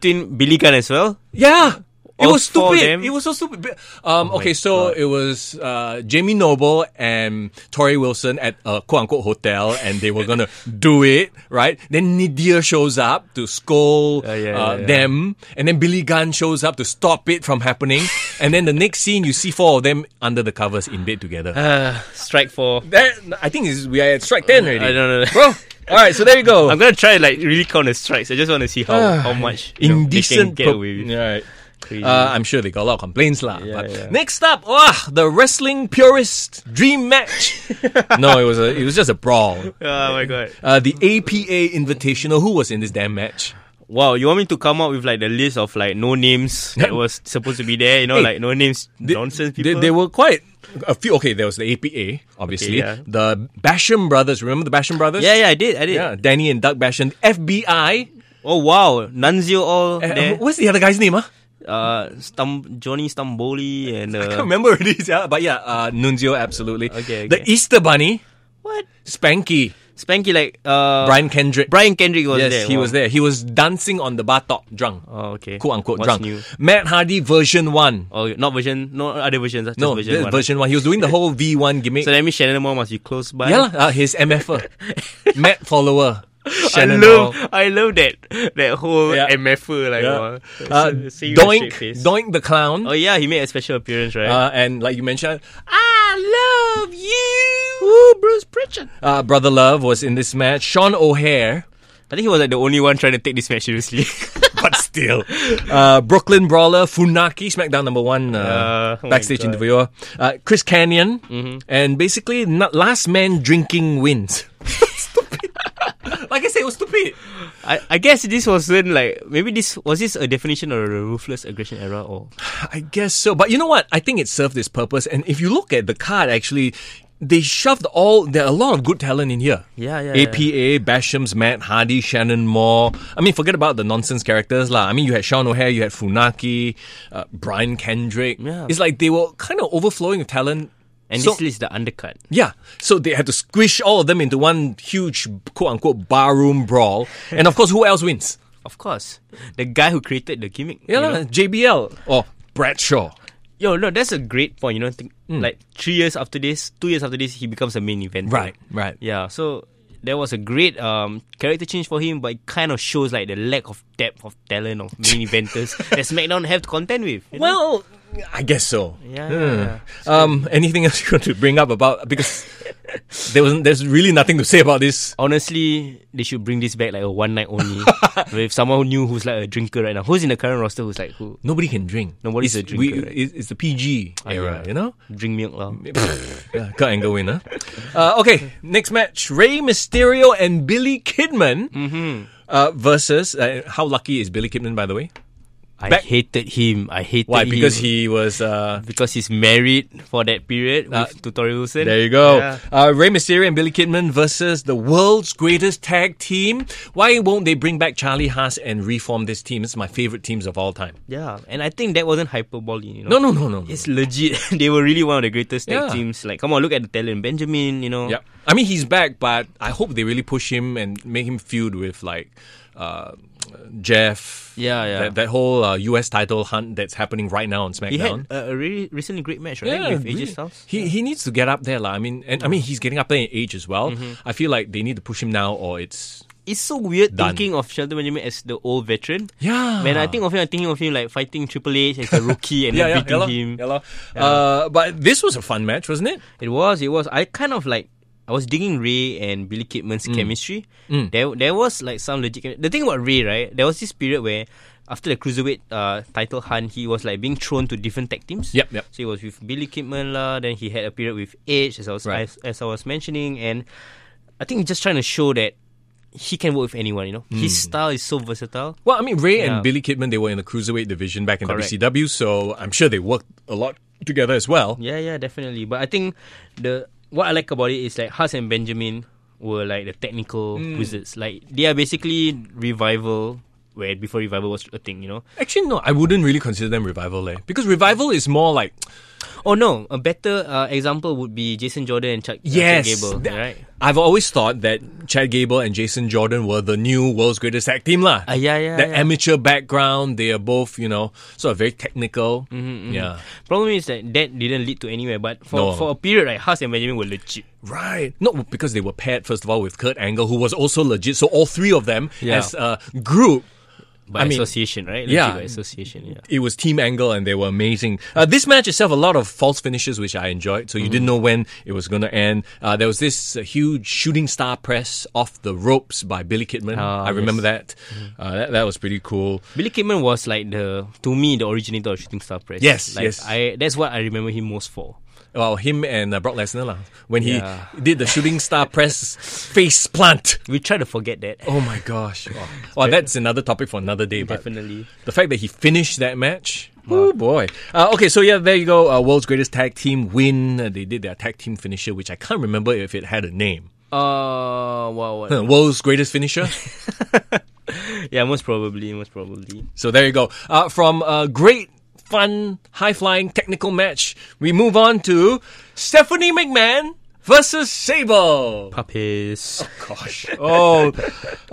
Tin Billy Gunn as well. Yeah. It All was four of stupid. Oh, them. It was so stupid. But, Um, Oh my okay, so it was uh, Jamie Noble and Tori Wilson at a quote unquote hotel, and they were going to do it, right? Then Nidia shows up to scold uh, yeah, yeah. them, and then Billy Gunn shows up to stop it from happening. and then the next scene, you see four of them under the covers in bed together. Uh, strike four. That, I think is we are at strike 10 already. Uh, I don't know. Bro, all right, so there you go. I'm gonna try like really count the strikes. I just want to see how, Ah, how much you know, they can indecent get pro- away with. Right. Crazy. Uh, I'm sure they got a lot of complaints lah. but next up, ah, the wrestling purist dream match. no, it was a, it was just a brawl. oh my god. Uh, the APA Invitational. Who was in this damn match? Wow, you want me to come up with like the list of like no names that was supposed to be there? You know, Hey, like no names nonsense They, people. they were quite a few. Okay, there was the APA, obviously. Okay, yeah. The Basham brothers. Remember the Basham brothers? Yeah, yeah, I did, I did. Yeah, Danny and Doug Basham. FBI. Oh wow, Nanzio all Eh, there. Uh, What's the other guy's name? Huh? Uh, Stum- Johnny Stamboli and uh, I can't remember already, yeah, but yeah, uh, Nunzio absolutely. Okay, okay. The Easter Bunny. What? Spanky. Spanky like uh, Brian Kendrick. Brian Kendrick was yes, there. he wow. was there. He was dancing on the bar top, drunk. Oh, okay. Quote unquote What's drunk. new? Matt Hardy version one. Oh, not version. No other versions. Just no, version the- one. version one. He was doing the whole V one gimmick. So that means Shannon Moore must be close by. yeah, lah, uh, his MFer, Matt follower. Shannon I love, Moore. I love that that whole Yeah. MFO like Yeah. wow. Uh, So- see you Doink, straight face. Doink the clown. Oh yeah, he made a special appearance, right? Uh, and like you mentioned, I love you. Ooh, Bruce Pritchard. uh, Brother Love was in this match. Sean O'Hare. I think he was like the only one trying to take this match seriously. but still. Uh, Brooklyn Brawler, Funaki, SmackDown number one uh, Yeah, oh my backstage God. interviewer. Uh, Chris Canyon. And basically, not, last man drinking wins. like I said, it was stupid. I, I guess this wasn't like maybe this was this a definition of the ruthless aggression era or I guess so. But you know what? I think it served this purpose. And if you look at the card, actually, they shoved all, there are a lot of good talent in here. yeah yeah APA, Basham's Matt Hardy, Shannon Moore. I mean, forget about the nonsense characters, lah. I mean, you had Sean O'Hare, you had Funaki, uh, Brian Kendrick. Yeah. It's like they were kind of overflowing with talent. And So- this is the undercut. yeah, so they had to squish all of them into one huge quote unquote barroom brawl. And of course, who else wins? Of course, the guy who created the gimmick. Yeah, you lah, know? JBL or Bradshaw. Yo, no, that's a great point. You know, think, Hmm. like three years after this, two years after this, he becomes a main event. Right, right. Yeah, so there was a great um, character change for him, but it kind of shows like the lack of depth of talent of main eventers that SmackDown have to contend with. you know? Well, I guess so. Yeah, Hmm. yeah, Um, anything else you want to bring up about? Because there was there's really nothing to say about this. honestly, they should bring this back like a one night only. with someone who knew who's like a drinker right now, who's in the current roster who's like who Nobody can drink. Ah, Nobody's it's, a we- drinker, right? it's, it's the PG era, you know? drink milk lah. yeah, cut and go in, huh? Uh, okay, next match Rey Mysterio and Billy Kidman uh, versus. Uh, how lucky is Billy Kidman, by the way? I Back- hated him. I hated Why? him. Because he was. Uh, because he's married for that period Uh, with Tutorial Wilson. there you go. Yeah. Uh, Rey Mysterio and Billy Kidman versus the world's greatest tag team. Why won't they bring back Charlie Haas and reform this team? It's my favorite teams of all time. Yeah, and I think that wasn't hyperbole. You know? No, no, no, no. no. It's legit. they were really one of the greatest tag Yeah. teams. Like, come on, look at the talent, Benjamin. You know. Yep. I mean, he's back, but I hope they really push him and make him feud with like uh, Jeff. Yeah, yeah. That, that whole uh, US title hunt that's happening right now on SmackDown. He had a, a really recently great match, right? yeah, with AJ really. Styles. he he needs to get up there, lah. I mean, and I mean, he's getting up there in age as well. Mm-hmm. I feel like they need to push him now, or it's It's so weird Done. thinking of Shelton Benjamin as the old veteran. yeah. When I think of him, I'm thinking of him like fighting Triple H as the rookie and yeah, then yeah, beating yeah, him. lah, yeah, lah. Uh, but this was a fun match, wasn't it? It was, it was. I kind of like I was digging Ray and Billy Kidman's chemistry. Mm. There, there was like some legit. chemi- The thing about Ray, right? There was this period where after the cruiserweight uh, title hunt, he was like being thrown to different tag teams. Yep, yep. So he was with Billy Kidman lah. Then he had a period with Edge, as I was Right. as, as I was mentioning, and I think just trying to show that he can work with anyone. You know, his Mm. style is so versatile. Well, I mean, Ray Yeah. and Billy Kidman, they were in the cruiserweight division back in Correct. WCW, so I'm sure they worked a lot together as well. Yeah, yeah, definitely. But I think the what I like about it is like Huss and Benjamin were like the technical Mm. wizards. Like they are basically revival where before revival was a thing. You know. Actually, no, I wouldn't really consider them revival, eh? Because revival is more like. Oh no, a better uh, example would be Jason Jordan and Chuck, uh, Chuck Yes, Gable, that- right? I've always thought that Chad Gable and Jason Jordan were the new world's greatest tag team, lah. Uh, yeah, yeah, That yeah. amateur background, they are both, you know, sort of very technical. Mhm, mhm. Yeah. Problem is that that didn't lead to anywhere. But for, No. for a period, like Huss and Benjamin were legit. Right. Not because they were paired, first of all, with Kurt Angle, who was also legit. So all three of them Yeah. as a group. By association, right? Legit yeah. Mm-hmm. by association, yeah. It was Team Angle and they were amazing. Uh, this match itself, a lot of false finishes, which I enjoyed. So you Mm. didn't know when it was going to end. Uh, there was this uh, huge shooting star press off the ropes by Billy Kidman. Ah, I remember yes. Mm. that. Uh, that. That was pretty cool. Billy Kidman was like the to me the originator of shooting star press. Yes, like, yes. I that's what I remember him most for. Well, him and uh, Brock Lesnar, lah. when he Yeah. did the shooting star press face plant. We try to forget that. Oh my gosh. Oh, Well, that's another topic for another day. But Definitely. The fact that he finished that match. Oh boy. Uh, okay, so yeah, there you go. Uh, World's greatest tag team win. Uh, they did their tag team finisher, which I can't remember if it had a name. Uh, wow, Huh, World's greatest finisher. yeah, most probably, most probably. so there you go. Uh, from a great, fun, high flying technical match, we move on to Stephanie McMahon versus Sable. Puppies. Oh gosh. Oh,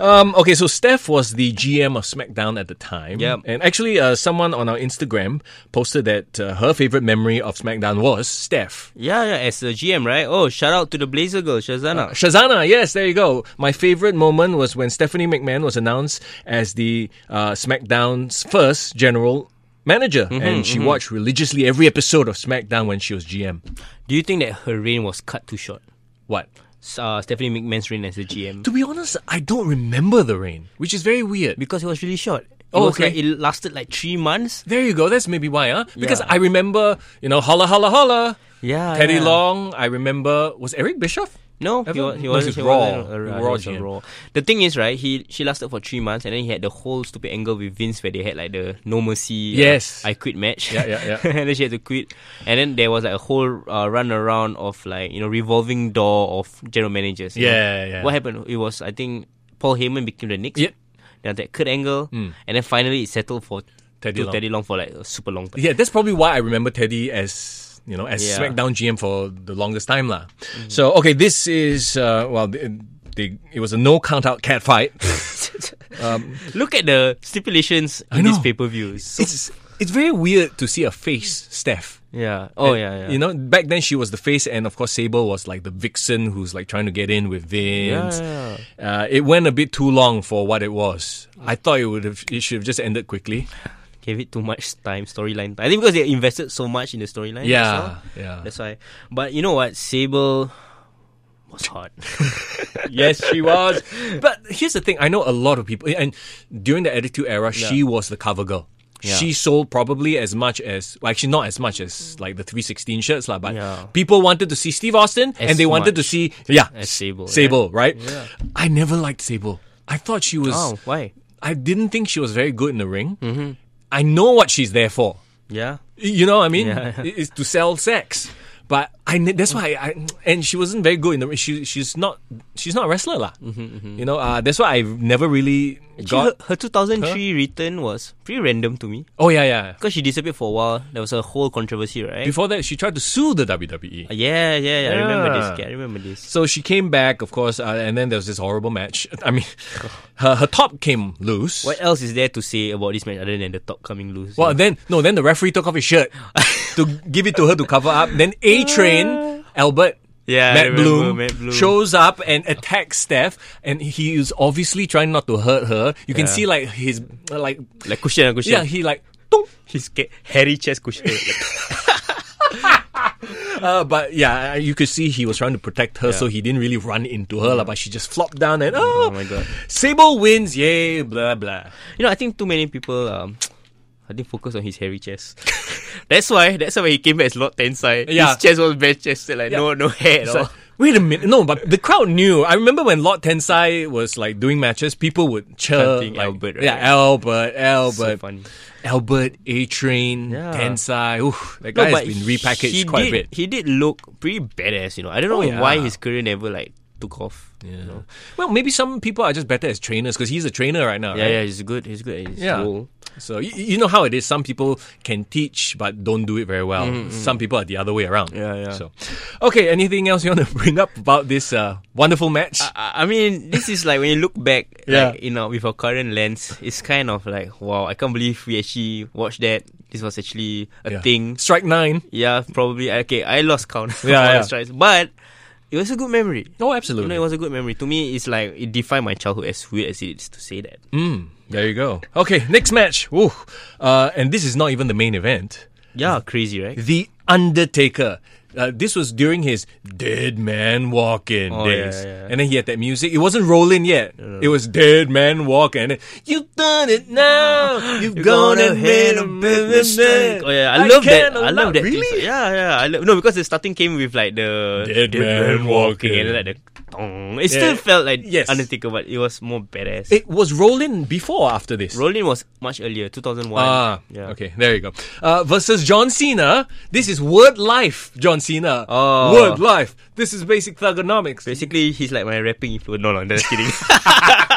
um, okay. So Steph was the GM of SmackDown at the time. Yep. And actually, uh, someone on our Instagram posted that uh, her favorite memory of SmackDown was Steph. Yeah, yeah, as a GM, right? Oh, shout out to the Blazer girl, Shazana. Shazana, yes, there you go. My favorite moment was when Stephanie McMahon was announced as the uh, SmackDown's first general manager, and she mhm. watched religiously every episode of SmackDown when she was GM. Do you think that her reign was cut too short? What? Uh, Stephanie McMahon's reign as a GM. To be honest, I don't remember the reign, which is very weird because it was really short. It Oh, was okay. like- it lasted like three months. There you go. That's maybe why, huh? Because Yeah. I remember, you know, holla holla holla. Yeah, Teddy yeah. Long. I remember was Eric Bischoff. No, Ever? he, was, he No, wasn't. he He was Raw. wasn't a- a- He was he Raw was a GM. Raw. The thing is, right? He she lasted for three months, and then he had the whole stupid angle with Vince where they had like the no mercy, uh, Yes. I quit match. Yeah, yeah, yeah. and then she had to quit, and then there was like a whole uh, run around of like you know revolving door of general managers. you know. Yeah, yeah. What happened? It was I think Paul Heyman became the next. Yep. Then that Kurt Angle, Mm. and then finally it settled for Teddy to Long. Teddy Long for like a super long time. Yeah, that's probably why I remember Teddy as you know as Yeah. Mm. SmackDown GM for the longest time, lah. So okay, this is uh, well, they, they, it was a no count out cat fight. um, Look at the stipulations in this pay per view. it's it's very weird to see a face, Steph. Yeah. Oh And, yeah. yeah. You know, back then she was the face, and of course Sable was like the vixen who's like trying to get in with Vince. Yeah, Uh, it went a bit too long for what it was. I thought it would have it should have just ended quickly. gave it too much time storyline. I think because they invested so much in the storyline. Yeah, as well. yeah. That's why. But you know what, Sable was hot. yes, she was. But here's the thing: I know a lot of people, and during the Attitude Era, she was the cover girl. Yeah. She sold probably as much as, well, actually not as much as like the 316 shirts, lah. But Yeah. people wanted to see Steve Austin, and As they wanted to much see, yeah, as Sable, Sable, right? Yeah. I never liked Sable. I thought she was. Oh, why? I didn't think she was very good in the ring. Mm-hmm. I know what she's there for. Yeah. You know what I mean? Yeah, yeah. It's to sell sex. But I ne- that's why I, and she wasn't very good in the she she's not she's not a wrestler lah. Mm-hmm, You know uh, that's why I've never really Actually, got. her, her 2003 return was pretty random to me Oh yeah yeah. because she disappeared for a while. There was a whole controversy, right? Uh, Before that, she tried to sue the WWE. yeah, yeah, yeah, I remember this. Yeah. I remember this. So she came back, of course, uh, and then there was this horrible match. I mean, her her top came loose. What else is there to say about this match other than the top coming loose? Well, then no, then the referee took off his shirt to give it to her to cover up. Then A Train Albert. Yeah, I Matt remember Bloom, Matt Bloom. shows up and attacks Steph, and he is obviously trying not to hurt her. You can Yeah. see like his uh, like like ah, cushion, cushion. yeah he like Dong! his ca- hairy chest cushion. Uh, but yeah, you could see he was trying to protect her, Yeah. Mm. so he didn't really run into her. lah, But she just flopped down and oh oh, my god. Sable wins, yay, blah blah. You know, I think too many people um, I think focus on his hairy chest. that's why. That's why he came back as Lord Tensai. Yeah. His chest was bare chested, like Yeah. no, no hair at It's like, all. Wait a minute. No, but the crowd knew. I remember when Lord Tensai was like doing matches, people would cheer. Chanting like, Albert, right? Yeah, Albert, Albert. So funny. Albert, A Train, Tensai. Oof, that guy No, but has been repackaged he quite did, a bit. He did look pretty badass, you know. I don't know Oh, yeah. why his career never like took off. You know? Well, maybe some people are just better as trainers because he's a trainer right now. Yeah, right? yeah, he's good. He's good. He's yeah. cool. So you, you know how it is. Some people can teach but don't do it very well. Mm, mm. Some people are the other way around. Yeah, yeah. So, okay. Anything else you want to bring up about this uh, wonderful match? I, I mean, this is like when you look back, Yeah. like, you know, with our current lens, it's kind of like, wow, I can't believe we actually watched that. This was actually a Yeah. thing. Strike nine. Yeah, probably. Okay, I lost count. of Yeah, all yeah. the strikes, but it was a good memory. Oh, absolutely. You know, it was a good memory. To me, it's like it defined my childhood as weird as it is to say that. Mm, there you go. Okay, next match. Woo. Uh, and this is not even the main event. Yeah, crazy, right? The Undertaker. Uh, this was during his Dead Man Walking Oh, yeah, days. yeah. And then he had that music. It wasn't rolling yet. It was Dead Man Walking. And then, You've done it now. You've gone and made a big mistake. Oh yeah, I, love that. cannot I love that. theme Really? song. Yeah, yeah. I love, no, because the starting came with like the Dead man walking. and like the tong. It Yeah. still felt like Yes. Undertaker, but it was more badass. It was rolling before or after this. Rolling was much earlier, 2001. Ah, yeah. okay, there you go. Uh, versus John Cena. This is Word Life, John Cena. Oh. Word Life. This is Ah. basic thugonomics. Basically, he's like my rapping influence. No, no, I'm just kidding.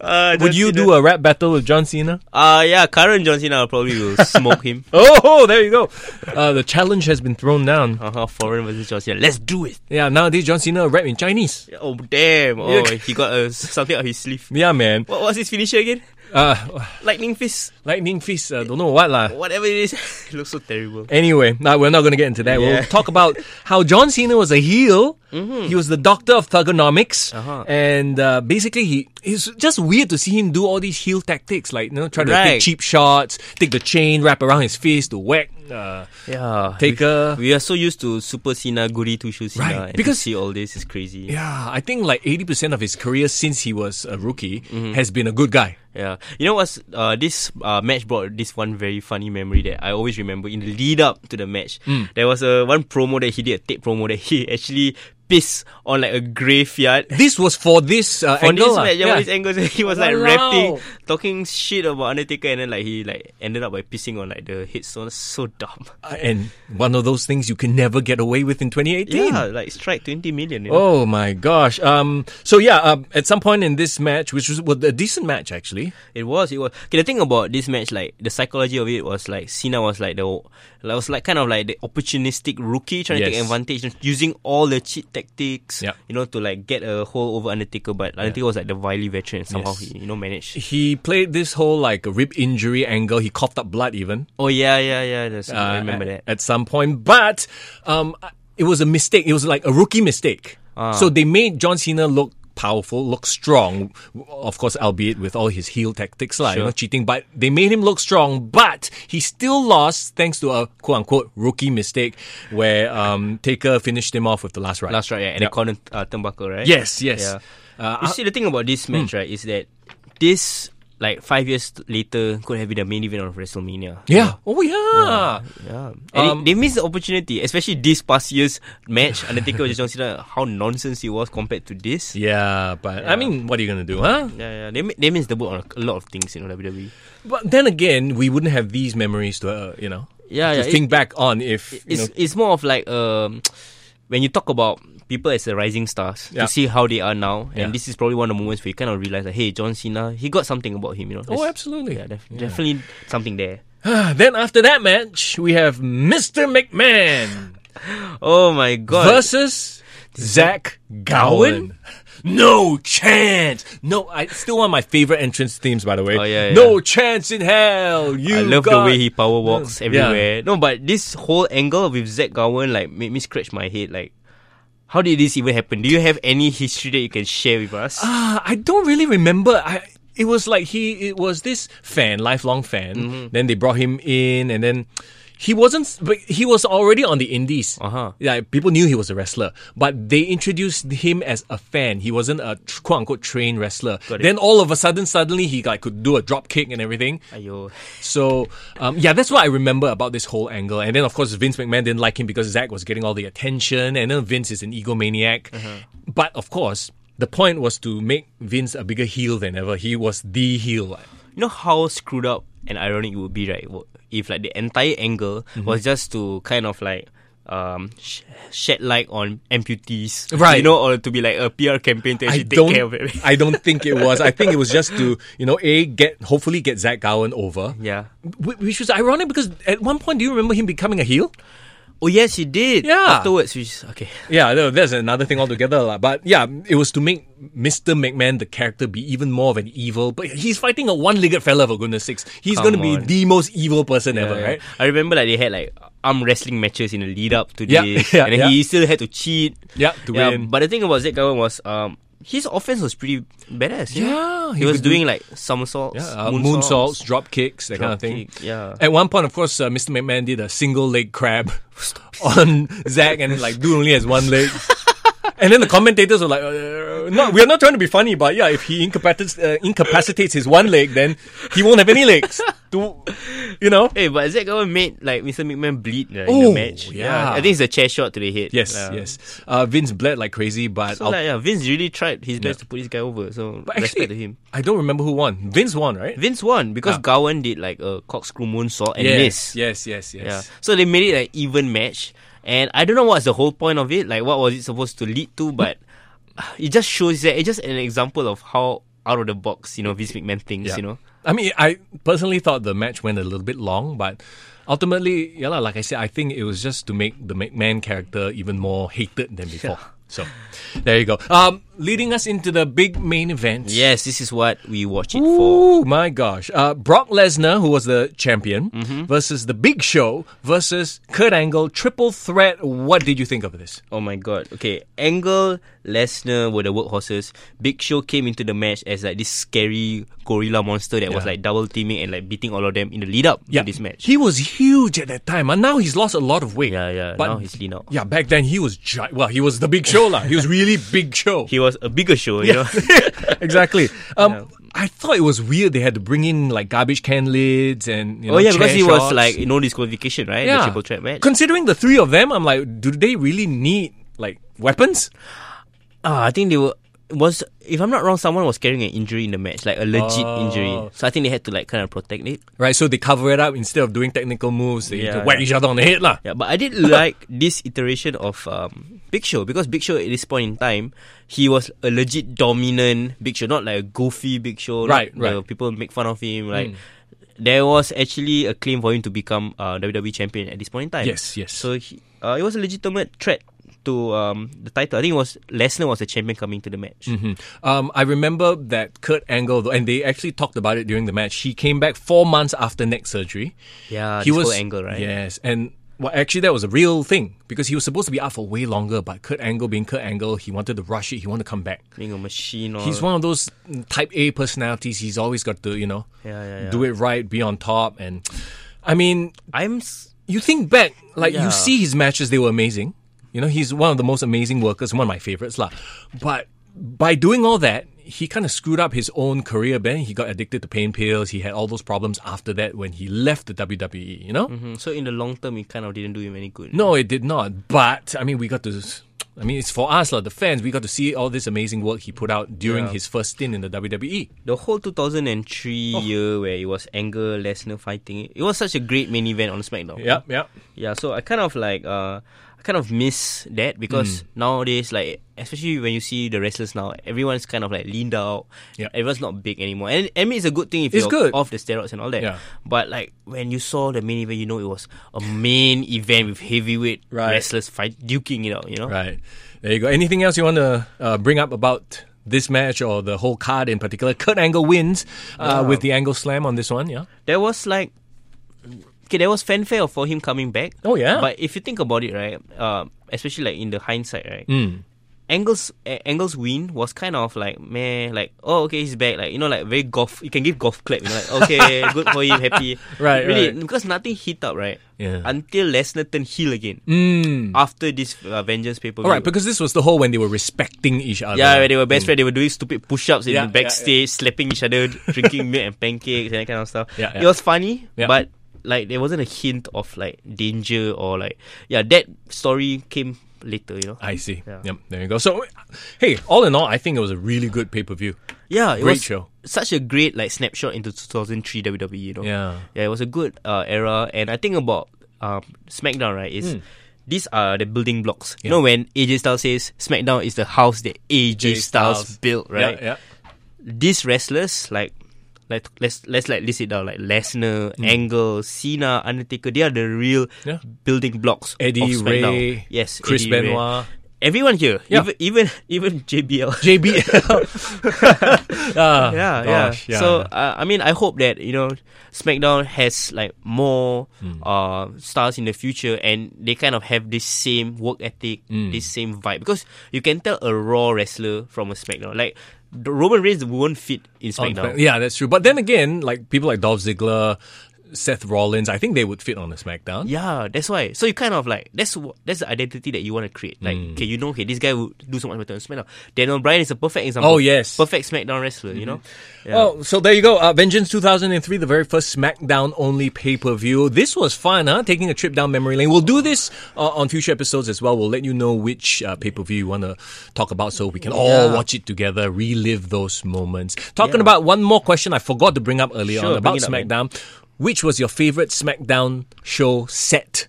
uh, Would you do a rap battle with John Cena? Uh, yeah, current John Cena probably will smoke him. Oh, there you go. Uh, the challenge has been thrown down. Uh-huh, foreign versus John Cena. Let's do it. Yeah, nowadays John Cena rap in Chinese. Oh, damn. Oh, Yeah. he got uh, something up his sleeve. Yeah, man. What was his finisher again? Uh, Lightning fist. lightning fist. Uh, don't know what lah. Whatever it is. it looks so terrible. Anyway, nah, we're not going to get into that. Yeah. We'll talk about how John Cena was a heel. Mhm. He was the doctor of thugonomics, Uh-huh. and uh, basically, he it's just weird to see him do all these heel tactics, like you know, try to Right. take cheap shots, take the chain, wrap around his fist to whack. Uh, Yeah. Taker. We, we are so used to Super Cena, Guri Tushu Cena. Right, and to because- see all this is crazy. yeah, I think like eighty percent of his career since he was a rookie Mm-hmm. has been a good guy. Yeah. You know what's uh, this uh, match brought this one very funny memory that I always remember in the lead up to the match. Mm. There was a one promo that he did, a tape promo that he actually pissed on like a graveyard. This was for this uh, For angle. this lah. match, yeah, for this angle, he was like Walao. rapping, talking shit about Undertaker, and then like he like ended up by pissing on like the headstone. So dumb. Uh, and one of those things you can never get away with in 2018. Yeah, like strike twenty million. You know? Oh my gosh! Um, so yeah, um, at some point in this match, which was, was a decent match actually, It was. It was. Okay, the thing about this match, like the psychology of it was like Cena was like the, like, was like kind of like the opportunistic rookie trying to take Yes. advantage, and using all the cheat tactics, Yep. you know, to like get a hold over Undertaker. But Undertaker was like the wily veteran. Somehow Yes. he, you know, managed. he played this whole like rib injury angle. He coughed up blood even. Oh yeah, yeah, yeah. That's, I uh, remember at, that. at some point, but um, it was a mistake. It was like a rookie mistake. Ah. So they made John Cena look powerful, look strong. Of course, albeit with all his heel tactics, like you Sure. know, cheating. But they made him look strong. But he still lost thanks to a quote unquote rookie mistake, where um, Taker finished him off with the last right. Last right, yeah, and Yep. the corner uh, turnbuckle, right? Yes, yes. Yeah. Uh, you see, the thing about this match, right, is that this like five years later could have been the main event of WrestleMania. Yeah. Oh yeah. Yeah. And Um, they, they missed the opportunity, especially this past year's match. Undertaker versus John Cena, how nonsense it was compared to this. Yeah, but I Yeah. mean, what are you gonna do, huh? Yeah, yeah. They, mi- they missed the boat on a lot of things, you know, E. WWE. But then again, we wouldn't have these memories to, uh, you know, Yeah, to yeah, think back on if you It's, know, it's more of like um, when you talk about people as the rising stars, Yeah. you see how they are now. Yeah. And this is probably one of the moments where you kind of realize, like, hey, John Cena, he got something about him, you know. Oh, There's- absolutely. Ah, Yeah, def- Definitely something there. then after that match, we have Mr. McMahon Oh my god. versus Zach Gowen. No chance. No, I still want my favorite entrance themes, by the way. Oh, yeah, no yeah. chance in hell. You I love the got- way he power walks Yeah. everywhere. No, but this whole angle with Zach Gowen like made me scratch my head. Like, how did this even happen? Do you have any history that you can share with us? Ah, I don't really remember. I it Mm-hmm. was like he it was this fan, lifelong fan. Then they brought him in, and then He wasn't, but he was already on the indies. Uh Uh-huh. huh. Yeah, people knew he was a wrestler, but they introduced him as a fan. He wasn't a tr- quote unquote trained wrestler. Got it. Then all of a sudden, suddenly he like could do a drop kick and everything. Ayo. So um, yeah, that's what I remember about this whole angle. And then of course Vince McMahon didn't like him because Zack was getting all the attention, and then Vince is an egomaniac. Uh-huh. But of course, the point was to make Vince a bigger heel than ever. He was the heel. You know how screwed up and ironic it would be, right? wo- If like the entire angle Mm-hmm. was just to kind of like um sh- shed light on amputees, Right. You know, or to be like a PR campaign I to actually take don't. care of it. I don't think it was. I think it was just to you know a get hopefully get Zach Gowen over. Yeah. Wh- Which was ironic because at one point, do you remember him becoming a heel? Oh yes, he did. Yeah. Afterwards, which is okay. Yeah, tha- that's another thing altogether. lah. But yeah, it was to make Mr. McMahon, the character, be even more of an evil. But he's fighting a one legged fella, for goodness sakes. He's going Come to be on. the most evil person Yeah, ever, yeah. right? I remember like they had like arm wrestling matches in the lead up to Yeah, this, yeah, and then yeah. he still had to cheat. Yeah, to win. But the thing about Zack Gowen was um. His offense was pretty badass. you know? Yeah, he he, was could do- doing like somersaults, Yeah, uh, moonsaults, moonsaults. drop kicks, that kind of Drop thing. kick, yeah. At one point, of course, uh, Mr. McMahon did a single leg crab on Zack and like dude only has one leg. And then the commentators were like, uh, "No, we are not trying to be funny, but yeah, if he incapacitates, uh, incapacitates his one leg, then he won't have any legs." To, you know? Hey, but Zack Gowen made like Mr. McMahon bleed uh, in Oh, the match. yeah. I think it's a chair shot to the head. Yes, Yeah. yes. Uh, Vince bled like crazy, but So I'll- like, yeah, Vince really tried his best to put this guy over. So But respect actually, to him. I don't remember who won. Vince won, right? Vince won because Yeah. Gowan did like a corkscrew moonsault and yes, missed. yes, yes, yes, Yeah. So they made it an even match, and I don't know what's the whole point of it. Like, what was it supposed to lead to? But it just shows that it's just an example of how out of the box, you know, Vince McMahon thinks. Yeah. You know, I mean, I personally thought the match went a little bit long, but ultimately, yeah, lah, like I said, I think it was just to make the McMahon character even more hated than before. So there you go. Um, leading us into the big main event. Yes, this is what we watch it for. My gosh, uh, Brock Lesnar, who was the champion, Mm-hmm. versus The Big Show versus Kurt Angle, triple threat. What did you think of this? Oh my god. Okay, Angle, Lesnar were the workhorses. Big Show came into the match as like this scary gorilla monster that was Yeah. like double teaming and like beating all of them in the lead up Yeah. to this match. He was huge at that time, and now he's lost a lot of weight. Yeah, yeah. now he's lean out. Yeah, back then he was giant. Well, he was the big show, lah. He was really big show. He was a bigger show, you know. exactly. Um, I thought it was weird they had to bring in like garbage can lids and you know, oh yeah, because chair he was shots. like no disqualification, right? Yeah. The triple threat match. Considering the three of them, I'm like, do they really need like weapons? Ah, I think they were was if I'm not wrong, someone was carrying an injury in the match, like a legit Oh. injury. So I think they had to like kind of protect it. Right, so they cover it up instead of doing technical moves. They Yeah, whack yeah. each other on the head, lah. Yeah, but I did like this iteration of um, Big Show because Big Show at this point in time, he was a legit dominant Big Show, not like a goofy Big Show. Right, like, the right. people make fun of him. Like Mm. there was actually a claim for him to become uh, WWE champion at this point in time. Yes, yes. So he, uh, it was a legitimate threat to um, the title. I think it was Lesnar was the champion coming to the match. Mhm. Um, I remember that Kurt Angle, though, and they actually talked about it during the match. He came back four months after neck surgery. Yeah, he Uh, this was whole angle, right? Yes, and well, actually, that was a real thing because he was supposed to be out for way longer. But Kurt Angle, being Kurt Angle, he wanted to rush it. He wanted to come back. Being a machine, or He's one of those mm, type A personalities. He's always got to, you know, Yeah, yeah, yeah. do it right, be on top. And I mean, I'm. You think back, like Yeah. you see his matches; they were amazing. You know, he's one of the most amazing workers, one of my favorites, lah. But by doing all that, he kind of screwed up his own career. Ben, he got addicted to pain pills. He had all those problems after that when he left the WWE. You know, Mhm. So in the long term, it kind of didn't do him any good. no, it did not. But I mean, we got to. I mean, it's for us, lah, the fans. We got to see all this amazing work he put out during Yeah. his first stint in the E. WWE. The whole 2003 Oh. year where it was Angle Lesnar fighting, it was such a great main event on SmackDown. Yep, yep. Yeah, so I kind of like, uh, I kind of miss that Mm. because nowadays, like, especially when you see the wrestlers now, everyone's kind of like leaned out. Yep. Everyone's not big anymore. And I mean, it's a good thing if It's you're good. off the steroids and all that. Yeah. But like, when you saw the main event, you know it was a main event with heavyweight Right. wrestlers fight duking it out, you know? Right. There you go. Anything else you want to uh, bring up about this match or the whole card in particular? Kurt Angle wins uh, Yeah. with the angle slam on this one, yeah? There was like okay, there was fanfare for him coming back. Oh, yeah. uh, But if you think about it, right, um, especially like in the hindsight, right, Mm. Angle's uh, Angle's win was kind of like meh, like oh okay he's back, like you know like very golf. You can give golf clap, you know, like okay good for him, happy. Right, really right. because nothing hit up right. Yeah. Until Lesnar turned heel again Mm. after this uh, Vengeance paper. All right, because this was the whole when they were respecting each other. Mm. yeah, when they were best friends, they were doing stupid push-ups Hmm. in Yeah, the yeah, yeah. backstage, slapping each other, drinking milk and pancakes and that kind of stuff. Yeah, yeah. It was funny, Yeah. but like there wasn't a hint of like danger or like yeah, that story came later, you know. I see. Yeah. Yep, there you go. So, hey, all in all, I think it was a really good pay per view. Yeah, it great was show. Such a great like snapshot into 2003 WWE. E, You know. Yeah. Yeah, it was a good uh, era, and I think about um, SmackDown. Right, is Mm. these are the building blocks. You Yeah. know, when AJ Styles says SmackDown is the house that AJ AJ, Styles, Styles. built. Yeah, Right. yeah. These wrestlers like. Like, let's let's like list it down like Lesnar, Mm. Angle, Cena, Undertaker. They are the real Yeah. building blocks. Eddie of SmackDown. Ray, yes, Chris Eddie Ray. Benoit. everyone here, Yeah. even even even JBL, uh, JBL. Ah, yeah, gosh, yeah, yeah, So yeah. uh, I mean, I hope that you know SmackDown has like more Hmm. uh, stars in the future, and they kind of have this same work ethic, Mm. this same vibe. Because you can tell a Raw wrestler from a SmackDown, like the Roman Reigns won't fit in On SmackDown. Smack- yeah, that's true. But then again, like people like Dolph Ziggler, Seth Rollins, I think they would fit on a SmackDown. Yeah, that's why. So you kind of like that's wh- that's the identity that you want to create. Like, Mm. okay, you know, okay, this guy will do so much better on SmackDown. Daniel Bryan is a perfect example. Oh, yes. perfect SmackDown wrestler. You know, Yeah. Oh, so there you go. Uh, Vengeance 2003, the very first SmackDown only pay per view. This was fun, huh? Taking a trip down memory lane. We'll do this uh, on future episodes as well. We'll let you know which uh, pay per view you want to talk about so we can all Yeah. watch it together, relive those moments. Talking Yeah. about one more question I forgot to bring up earlier Sure, on about bring it up, man. SmackDown. Which was your favorite SmackDown show set?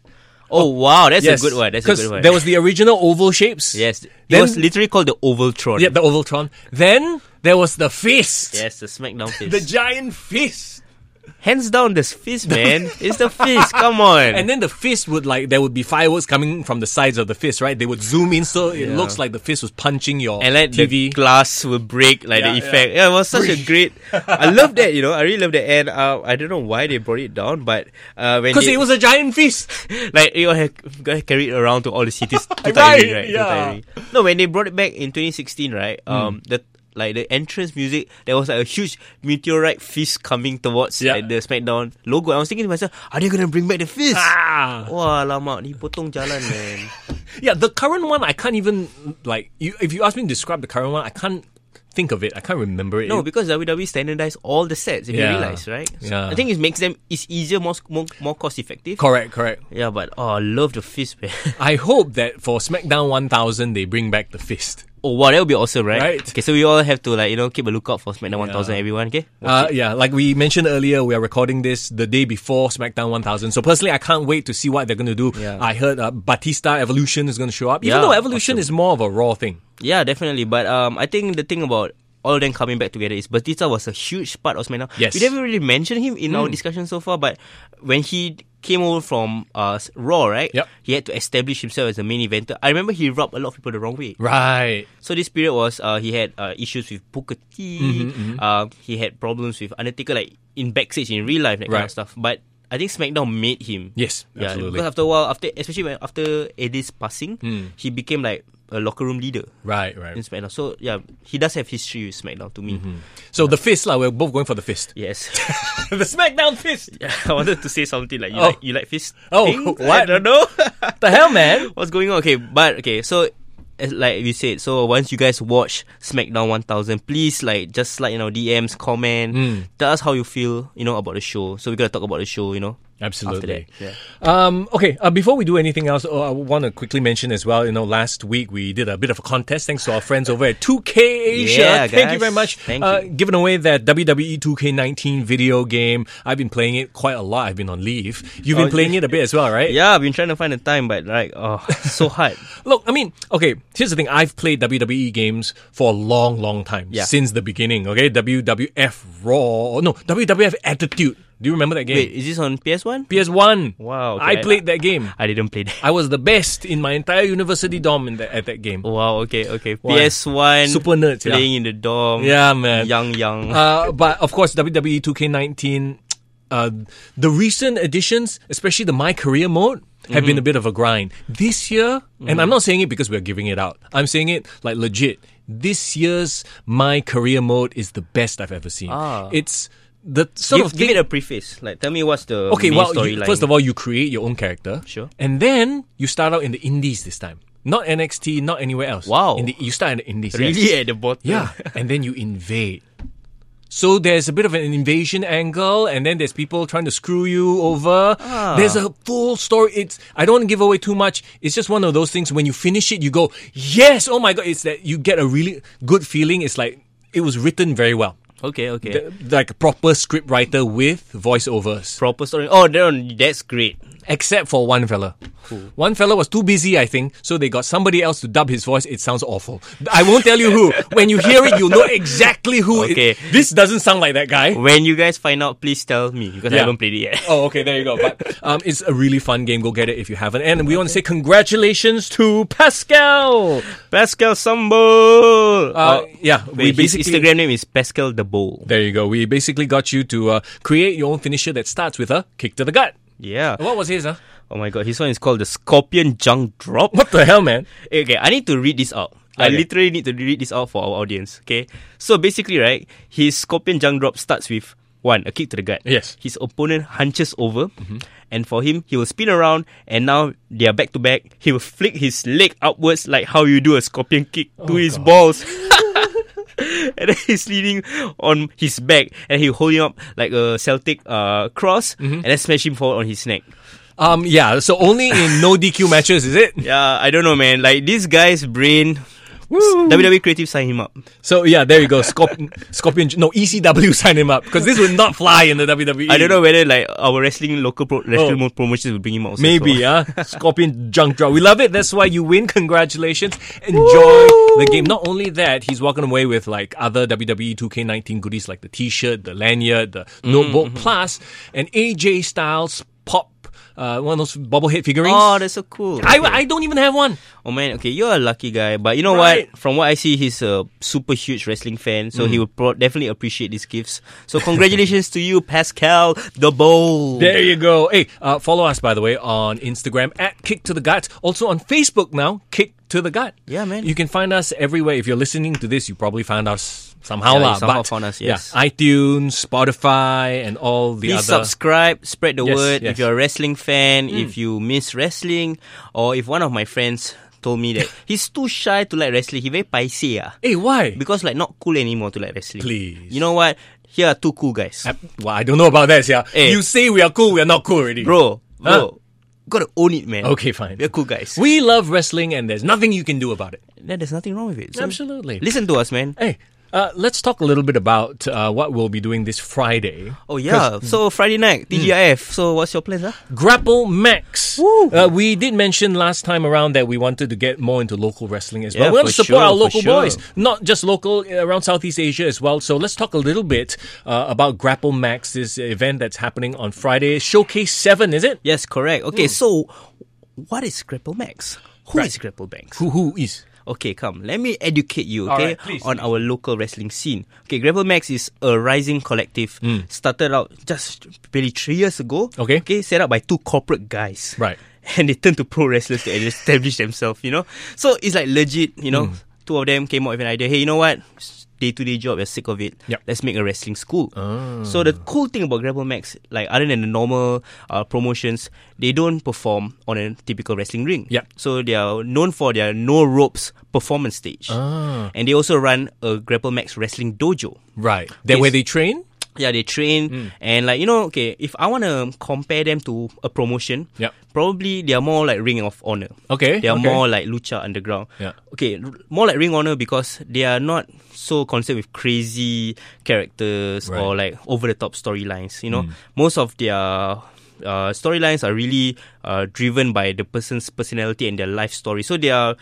Oh wow, that's uh, Yes, a good one. That's a 'cause good one. There was the original oval shapes. yes, it Then- was literally called the Ovaltron. Yeah, the Ovaltron. Then there was the fist. yes, the SmackDown fist. The giant fist. Hands down, this fist, man. it's the fist. Come on. And then the fist would like there would be fireworks coming from the sides of the fist, right? They would zoom in so it Yeah. looks like the fist was punching your and like the TV. glass will break, like Yeah, the yeah. effect. Yeah. it was such a great. I love that, you know. I really love that, and uh, I don't know why they brought it down, but uh, when Because they- it was a giant fist. like it was got carried around to all the cities. Too Right, tiring, right? Too yeah. Hmm. tiring. No, when they brought it back in 2016, right? Um, the like the entrance music, there was like a huge meteorite fist coming towards Yeah. like, the SmackDown logo. I was thinking to myself, are they gonna bring back the fist? Ah. Wah, lama, ni potong jalan, man. Yeah, the current one I can't even like you if you ask me to describe the current one, I can't think of it. I can't remember it. No, because WWE standardized all the sets. If Yeah. you realize, right? So Yeah. I think it makes them it's easier, more more, more cost effective. correct, correct. Yeah, but oh, I love the fist, man. I hope that for SmackDown 1000 they bring back the fist. Oh, wow, that would be awesome, right? Right. Okay, so we all have to like you know keep a lookout for SmackDown 1000, everyone. Okay. Uh, yeah, like we mentioned earlier, we are recording this the day before SmackDown 1000. So personally, I can't wait to see what they're going to do. Yeah. I heard uh, Batista Evolution is going to show up, even Yeah, though Evolution awesome. is more of a raw thing. Yeah, definitely. But um, I think the thing about all of them coming back together is Batista was a huge part of SmackDown. Yes. We never really mentioned him in our Mm. discussion so far, but when he came over from uh, Raw, right? Yep. He had to establish himself as a main eventer. I remember he rubbed a lot of people the wrong way. Right. So this period was uh, he had uh, issues with Booker T. Mhm, mhm. Uh, he had problems with Undertaker, like in backstage in real life, that kind Right. of stuff. But I think SmackDown made him. Yes, yeah. absolutely. Because after a while, after especially when after Eddie's passing, Mm. he became like a locker room leader Right, in right. SmackDown. So yeah, he does have history with SmackDown to Mm-hmm. me. So the fist, like, we're both going for the fist. Yes, the SmackDown fist. yeah, I wanted to say something like you Oh. like you like fist. Oh, things? what? I don't know. The hell, man? What's going on? Okay, but okay, so as like we said, so once you guys watch SmackDown 1000, please like just slide in our DMs, comment, Mm. tell us how you feel, you know, about the show. So we gotta talk about the show, you know. Absolutely. After that, yeah. Um, okay, uh, before we do anything else, oh, I want to quickly mention as well, you know, last week we did a bit of a contest thanks to our friends over at 2K Asia. Yeah, Thank you guys. very much. Thank uh, you. Giving away that E WWE 2K19 video game. I've been playing it quite a lot. I've been on leave. You've been Oh, playing it a bit as well, right? Yeah, I've been trying to find the time, but like, oh, so hard. Look, I mean, okay, here's the thing. I've played WWE games for a long, long time. Yeah. Since the beginning, okay? WWF Raw. Oh, No, WWF Attitude. Do you remember that game? Wait, is this on PS1? PS1. Wow, okay, I I- played that game. I didn't play that. I was the best in my entire university dorm in that, at that game. Wow, okay, okay. Why? PS1 Super nerds, yeah. playing in the dorm. Yeah, man. Young young. Uh, but of course, E WWE 2K19, uh, the recent additions, especially the My Career mode, have been Mhm. a bit of a grind. This year, and Mhm. I'm not saying it because we're giving it out, I'm saying it like legit. This year's My Career Mode is the best I've ever seen. Ah. It's the sort give, of give thing- it a preface. Like, tell me what's the okay, main well, you, storyline. first of all, you create your own character. Sure. And then you start out in the indies this time. Not NXT, not anywhere else. Wow. In the, you start in the indies. Really yes. at the bottom. Yeah. and then you invade. So there's a bit of an invasion angle, and then there's people trying to screw you over. Ah. There's a full story. It's I don't want to give away too much. It's just one of those things when you finish it, you go, yes, oh my god! It's that you get a really good feeling. It's like it was written very well. okay, okay. The- like a proper script writer with voiceovers. Proper story. Oh, then that's great. Except for one fella. One fella was too busy, I think, so they got somebody else to dub his voice. It sounds awful. I won't tell you who. When you hear it, you'll know exactly who. it- Okay. this doesn't sound like that guy. When you guys find out, please tell me because I Yeah. haven't played it yet. Oh, okay, there you go. But um, it's a really fun game. Go get it if you haven't. And we want to say congratulations to Pascal. Pascal Sambo. Uh, yeah, we wait, his basically- Instagram name is Pascal the Bowl. There you go. We basically got you to uh, create your own finisher that starts with a kick to the gut. Yeah. What was his? Huh? Oh my god, his one is called the Scorpion Junk Drop. What the hell, man? Eh, Okay, I need to read this out. I Okay. literally need to read this out for our audience. Okay, so basically, right, his Scorpion Junk Drop starts with one a kick to the gut. Yes. Mm-hmm. His opponent hunches over, and for him, he will spin around, and now they are back to back. He will flick his leg upwards like how you do a scorpion kick to Oh, his balls. and then he's leaning on his back, and he holding up like a Celtic uh, cross, Mm-hmm. and then smash him forward on his neck. Um, yeah. So only in no DQ matches is it? Yeah, I don't know, man. Like this guy's brain. WWE Creative sign him up. So yeah, there you go. Scorp- Scorpion, no E ECW, sign him up because this will not fly in the E. WWE. I don't know whether like our wrestling local pro- wrestling Oh. promotions will bring him out. also. Maybe, So- huh? Scorpion junk draw. We love it. That's why you win. Congratulations. Enjoy the game. Not only that, he's walking away with like other E WWE 2K19 goodies like the t-shirt, the lanyard, the Mm-hmm. notebook, plus an AJ Styles pop, uh, one of those bobblehead figurines. Oh, that's so cool. I, I don't even have one. Oh man, okay, you're a lucky guy. But you know Right. what? From what I see, he's a super huge wrestling fan, so he Mm. will pro- definitely appreciate these gifts. So congratulations to you, Pascal the Bowl. There you go. Hey, uh, follow us by the way on Instagram at Kick to the Gut. Also on Facebook now, Kick to the Gut. Yeah, man. You can find us everywhere. If you're listening to this, you probably found us somehow. Yeah, you lah, somehow but found us, yeah, yes. iTunes, Spotify, and all the Please other. subscribe, spread the Yes, word. yes. If you're a wrestling fan, Mm. if you miss wrestling, or if one of my friends told me that he's too shy to like wrestling, he very paisei. ah. Hey, why? Because like not cool anymore to like wrestling. Please. You know what? Here are two cool guys. well, I don't know about that, yeah. Eh. You say we are cool, we are not cool already, Bro, bro, Huh? gotta own it, man. Okay, fine. We're cool guys. We love wrestling, and there's nothing you can do about it. Then there's nothing wrong with it. So Absolutely. Listen to us, man. Hey, uh, let's talk a little bit about uh, what we'll be doing this Friday. Oh yeah. 'Cause- So Friday night, TGIF. So what's your plans, huh? Grapple Max. Uh, we did mention last time around that we wanted to get more into local wrestling as well. Yeah, we want to for support sure, our for local sure. boys, not just local uh, around Southeast Asia as well. So let's talk a little bit uh, about Grapple Max, this event that's happening on Friday. Showcase 7, is it? Yes, correct. Okay, so what is Grapple Max? Who is Right. Grapple Max? Who, who is? Okay, come. Let me educate you, All okay, right, please, on our local wrestling scene. Okay, Grapple Max is a rising collective. Started out just barely three years ago. Mm. Okay. Okay, set up by two corporate guys. Right. And they turned to pro wrestlers to establish themselves, you know? So it's like legit, you know? Mm. Two of them came up with an idea. Hey, you know what? Day to day job, you're sick of it. Let's make a wrestling school. Ah. So the cool thing about Grapple Max, like other than the normal uh, promotions, they don't perform on a typical wrestling ring. Yeah. So they are known for their no ropes performance stage, Ah. and they also run a Grapple Max wrestling dojo. Right. That Okay, where s- they train? Yeah, they train Mm. and like you know, okay, if I want to compare them to a promotion, Yep. probably they are more like Ring of Honor. Okay, they are okay. more like Lucha Underground. Yeah. Okay, r- more like Ring Honor because they are not so concerned with crazy characters or like over the top storylines. You know, Mm. most of their uh, storylines are really uh, driven by the person's personality and their life story. So they are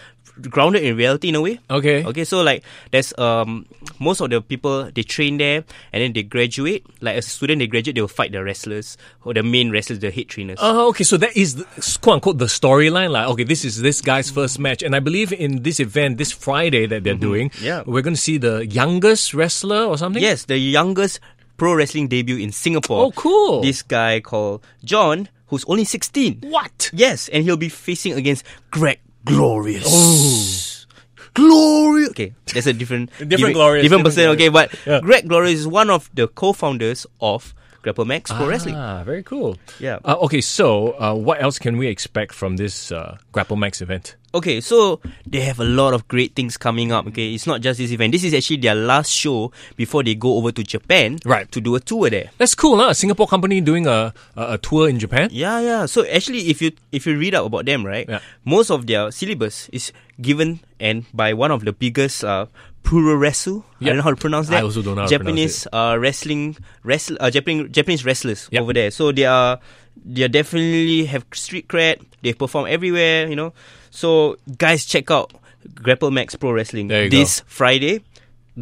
grounded in reality in a way. Okay. Okay, so like there's um most of the people they train there and then they graduate. Like as a student they graduate, they will fight the wrestlers or the main wrestlers, the head trainers. Oh, okay. So that is the, quote unquote the storyline. Like, okay, this is this guy's first match, and I believe in this event this Friday that they're doing. Yeah. we're going to see the youngest wrestler or something. Yes, the youngest pro wrestling debut in Singapore. Oh, cool. This guy called John who's only 16. What? Yes, and he'll be facing against Greg Glorious. Glorious. Okay, that's a different, Oh. Different Glorious, different different person. okay, but Glorious. Yeah. Greg Glorious is one of the co-founders of Grapple Max Pro Wrestling. Ah, very cool. Yeah. Uh, okay, so uh, what else can we expect from this uh, Grapple Max event? Okay, so they have a lot of great things coming up. Okay, it's not just this event. This is actually their last show before they go over to Japan right. to do a tour there. That's cool, huh? A Singapore company doing a, a, a tour in Japan? Yeah, yeah. So actually, if you if you read up about them, right, most of their syllabus is given and by one of the biggest uh, puroresu. I Yep. don't know how to pronounce that. I also don't know how to Japanese uh, wrestling wrestle uh, Japanese Japanese wrestlers over there. So they are they are definitely have street cred. They perform everywhere, you know. So guys, check out Grapple Max Pro Wrestling There you go. this Friday.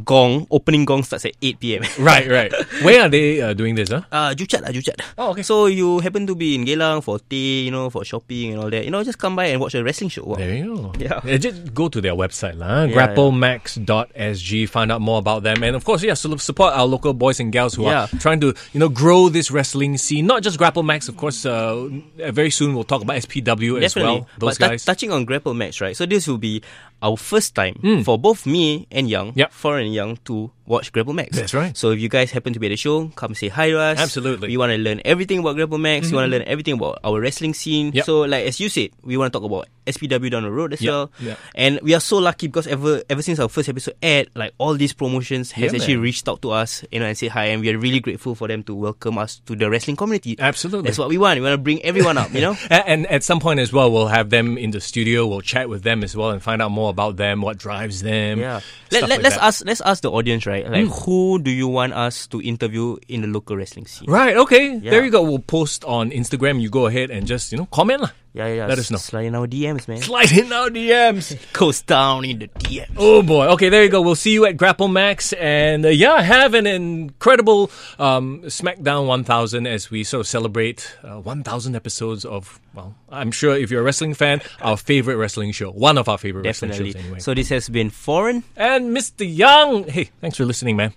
Gong opening gong starts at eight pm. Right, right. Where are they uh, doing this, huh? Uh, Joo Chiat lah, Joo Chiat. Oh, okay. So you happen to be in Geylang for tea, you know, for shopping and all that. You know, just come by and watch a wrestling show. Wow. There you go. Yeah. Yeah, just go to their website, lah. Yeah, grapplemax.sg. Find out more about them, and of course, yeah, so support our local boys and gals who Yeah. are trying to, you know, grow this wrestling scene. Not just Grapple Max, of course. Uh, very soon we'll talk about SPW as well. Those but tou- guys. touching on grapple match, right? So this will be our first time Hmm. for both me and Young, foreign and Young, to watch grapple max. That's right. So if you guys happen to be at the show, come say hi to us. Absolutely. We want to learn everything about grapple max. We want to Mhm. learn everything about our wrestling scene. Yep. So like as you said, we want to talk about SPW down the road as Yep. well. Yep. And we are so lucky because ever ever since our first episode aired, like all these promotions has Yeah, actually man. reached out to us, you know, and say hi, and we are really grateful for them to welcome us to the wrestling community. Absolutely. That's what we want. We want to bring everyone up, you know. A- And at some point as well, we'll have them in the studio. We'll chat with them as well and find out more about them, what drives them. Yeah. stuff Let, let, like let's that. ask let's ask the audience right like Mm. who do you want us to interview in the local wrestling scene Right. Okay. Yeah. There you go. We'll post on Instagram. You go ahead and just you know comment lah. yeah yeah, yeah. Let us know. slide in our DMs man Slide in our DMs goes down in the DMs Oh boy. Okay, there you go. We'll see you at Grapple Max, and uh, yeah, have an incredible um, SmackDown 1000 as we sort of celebrate uh, 1,000 episodes of well, I'm sure if you're a wrestling fan, our favorite wrestling show, one of our favorite wrestling definitely shows anyway. so this has been foreign and Mr. Young, hey, thanks for listening, man.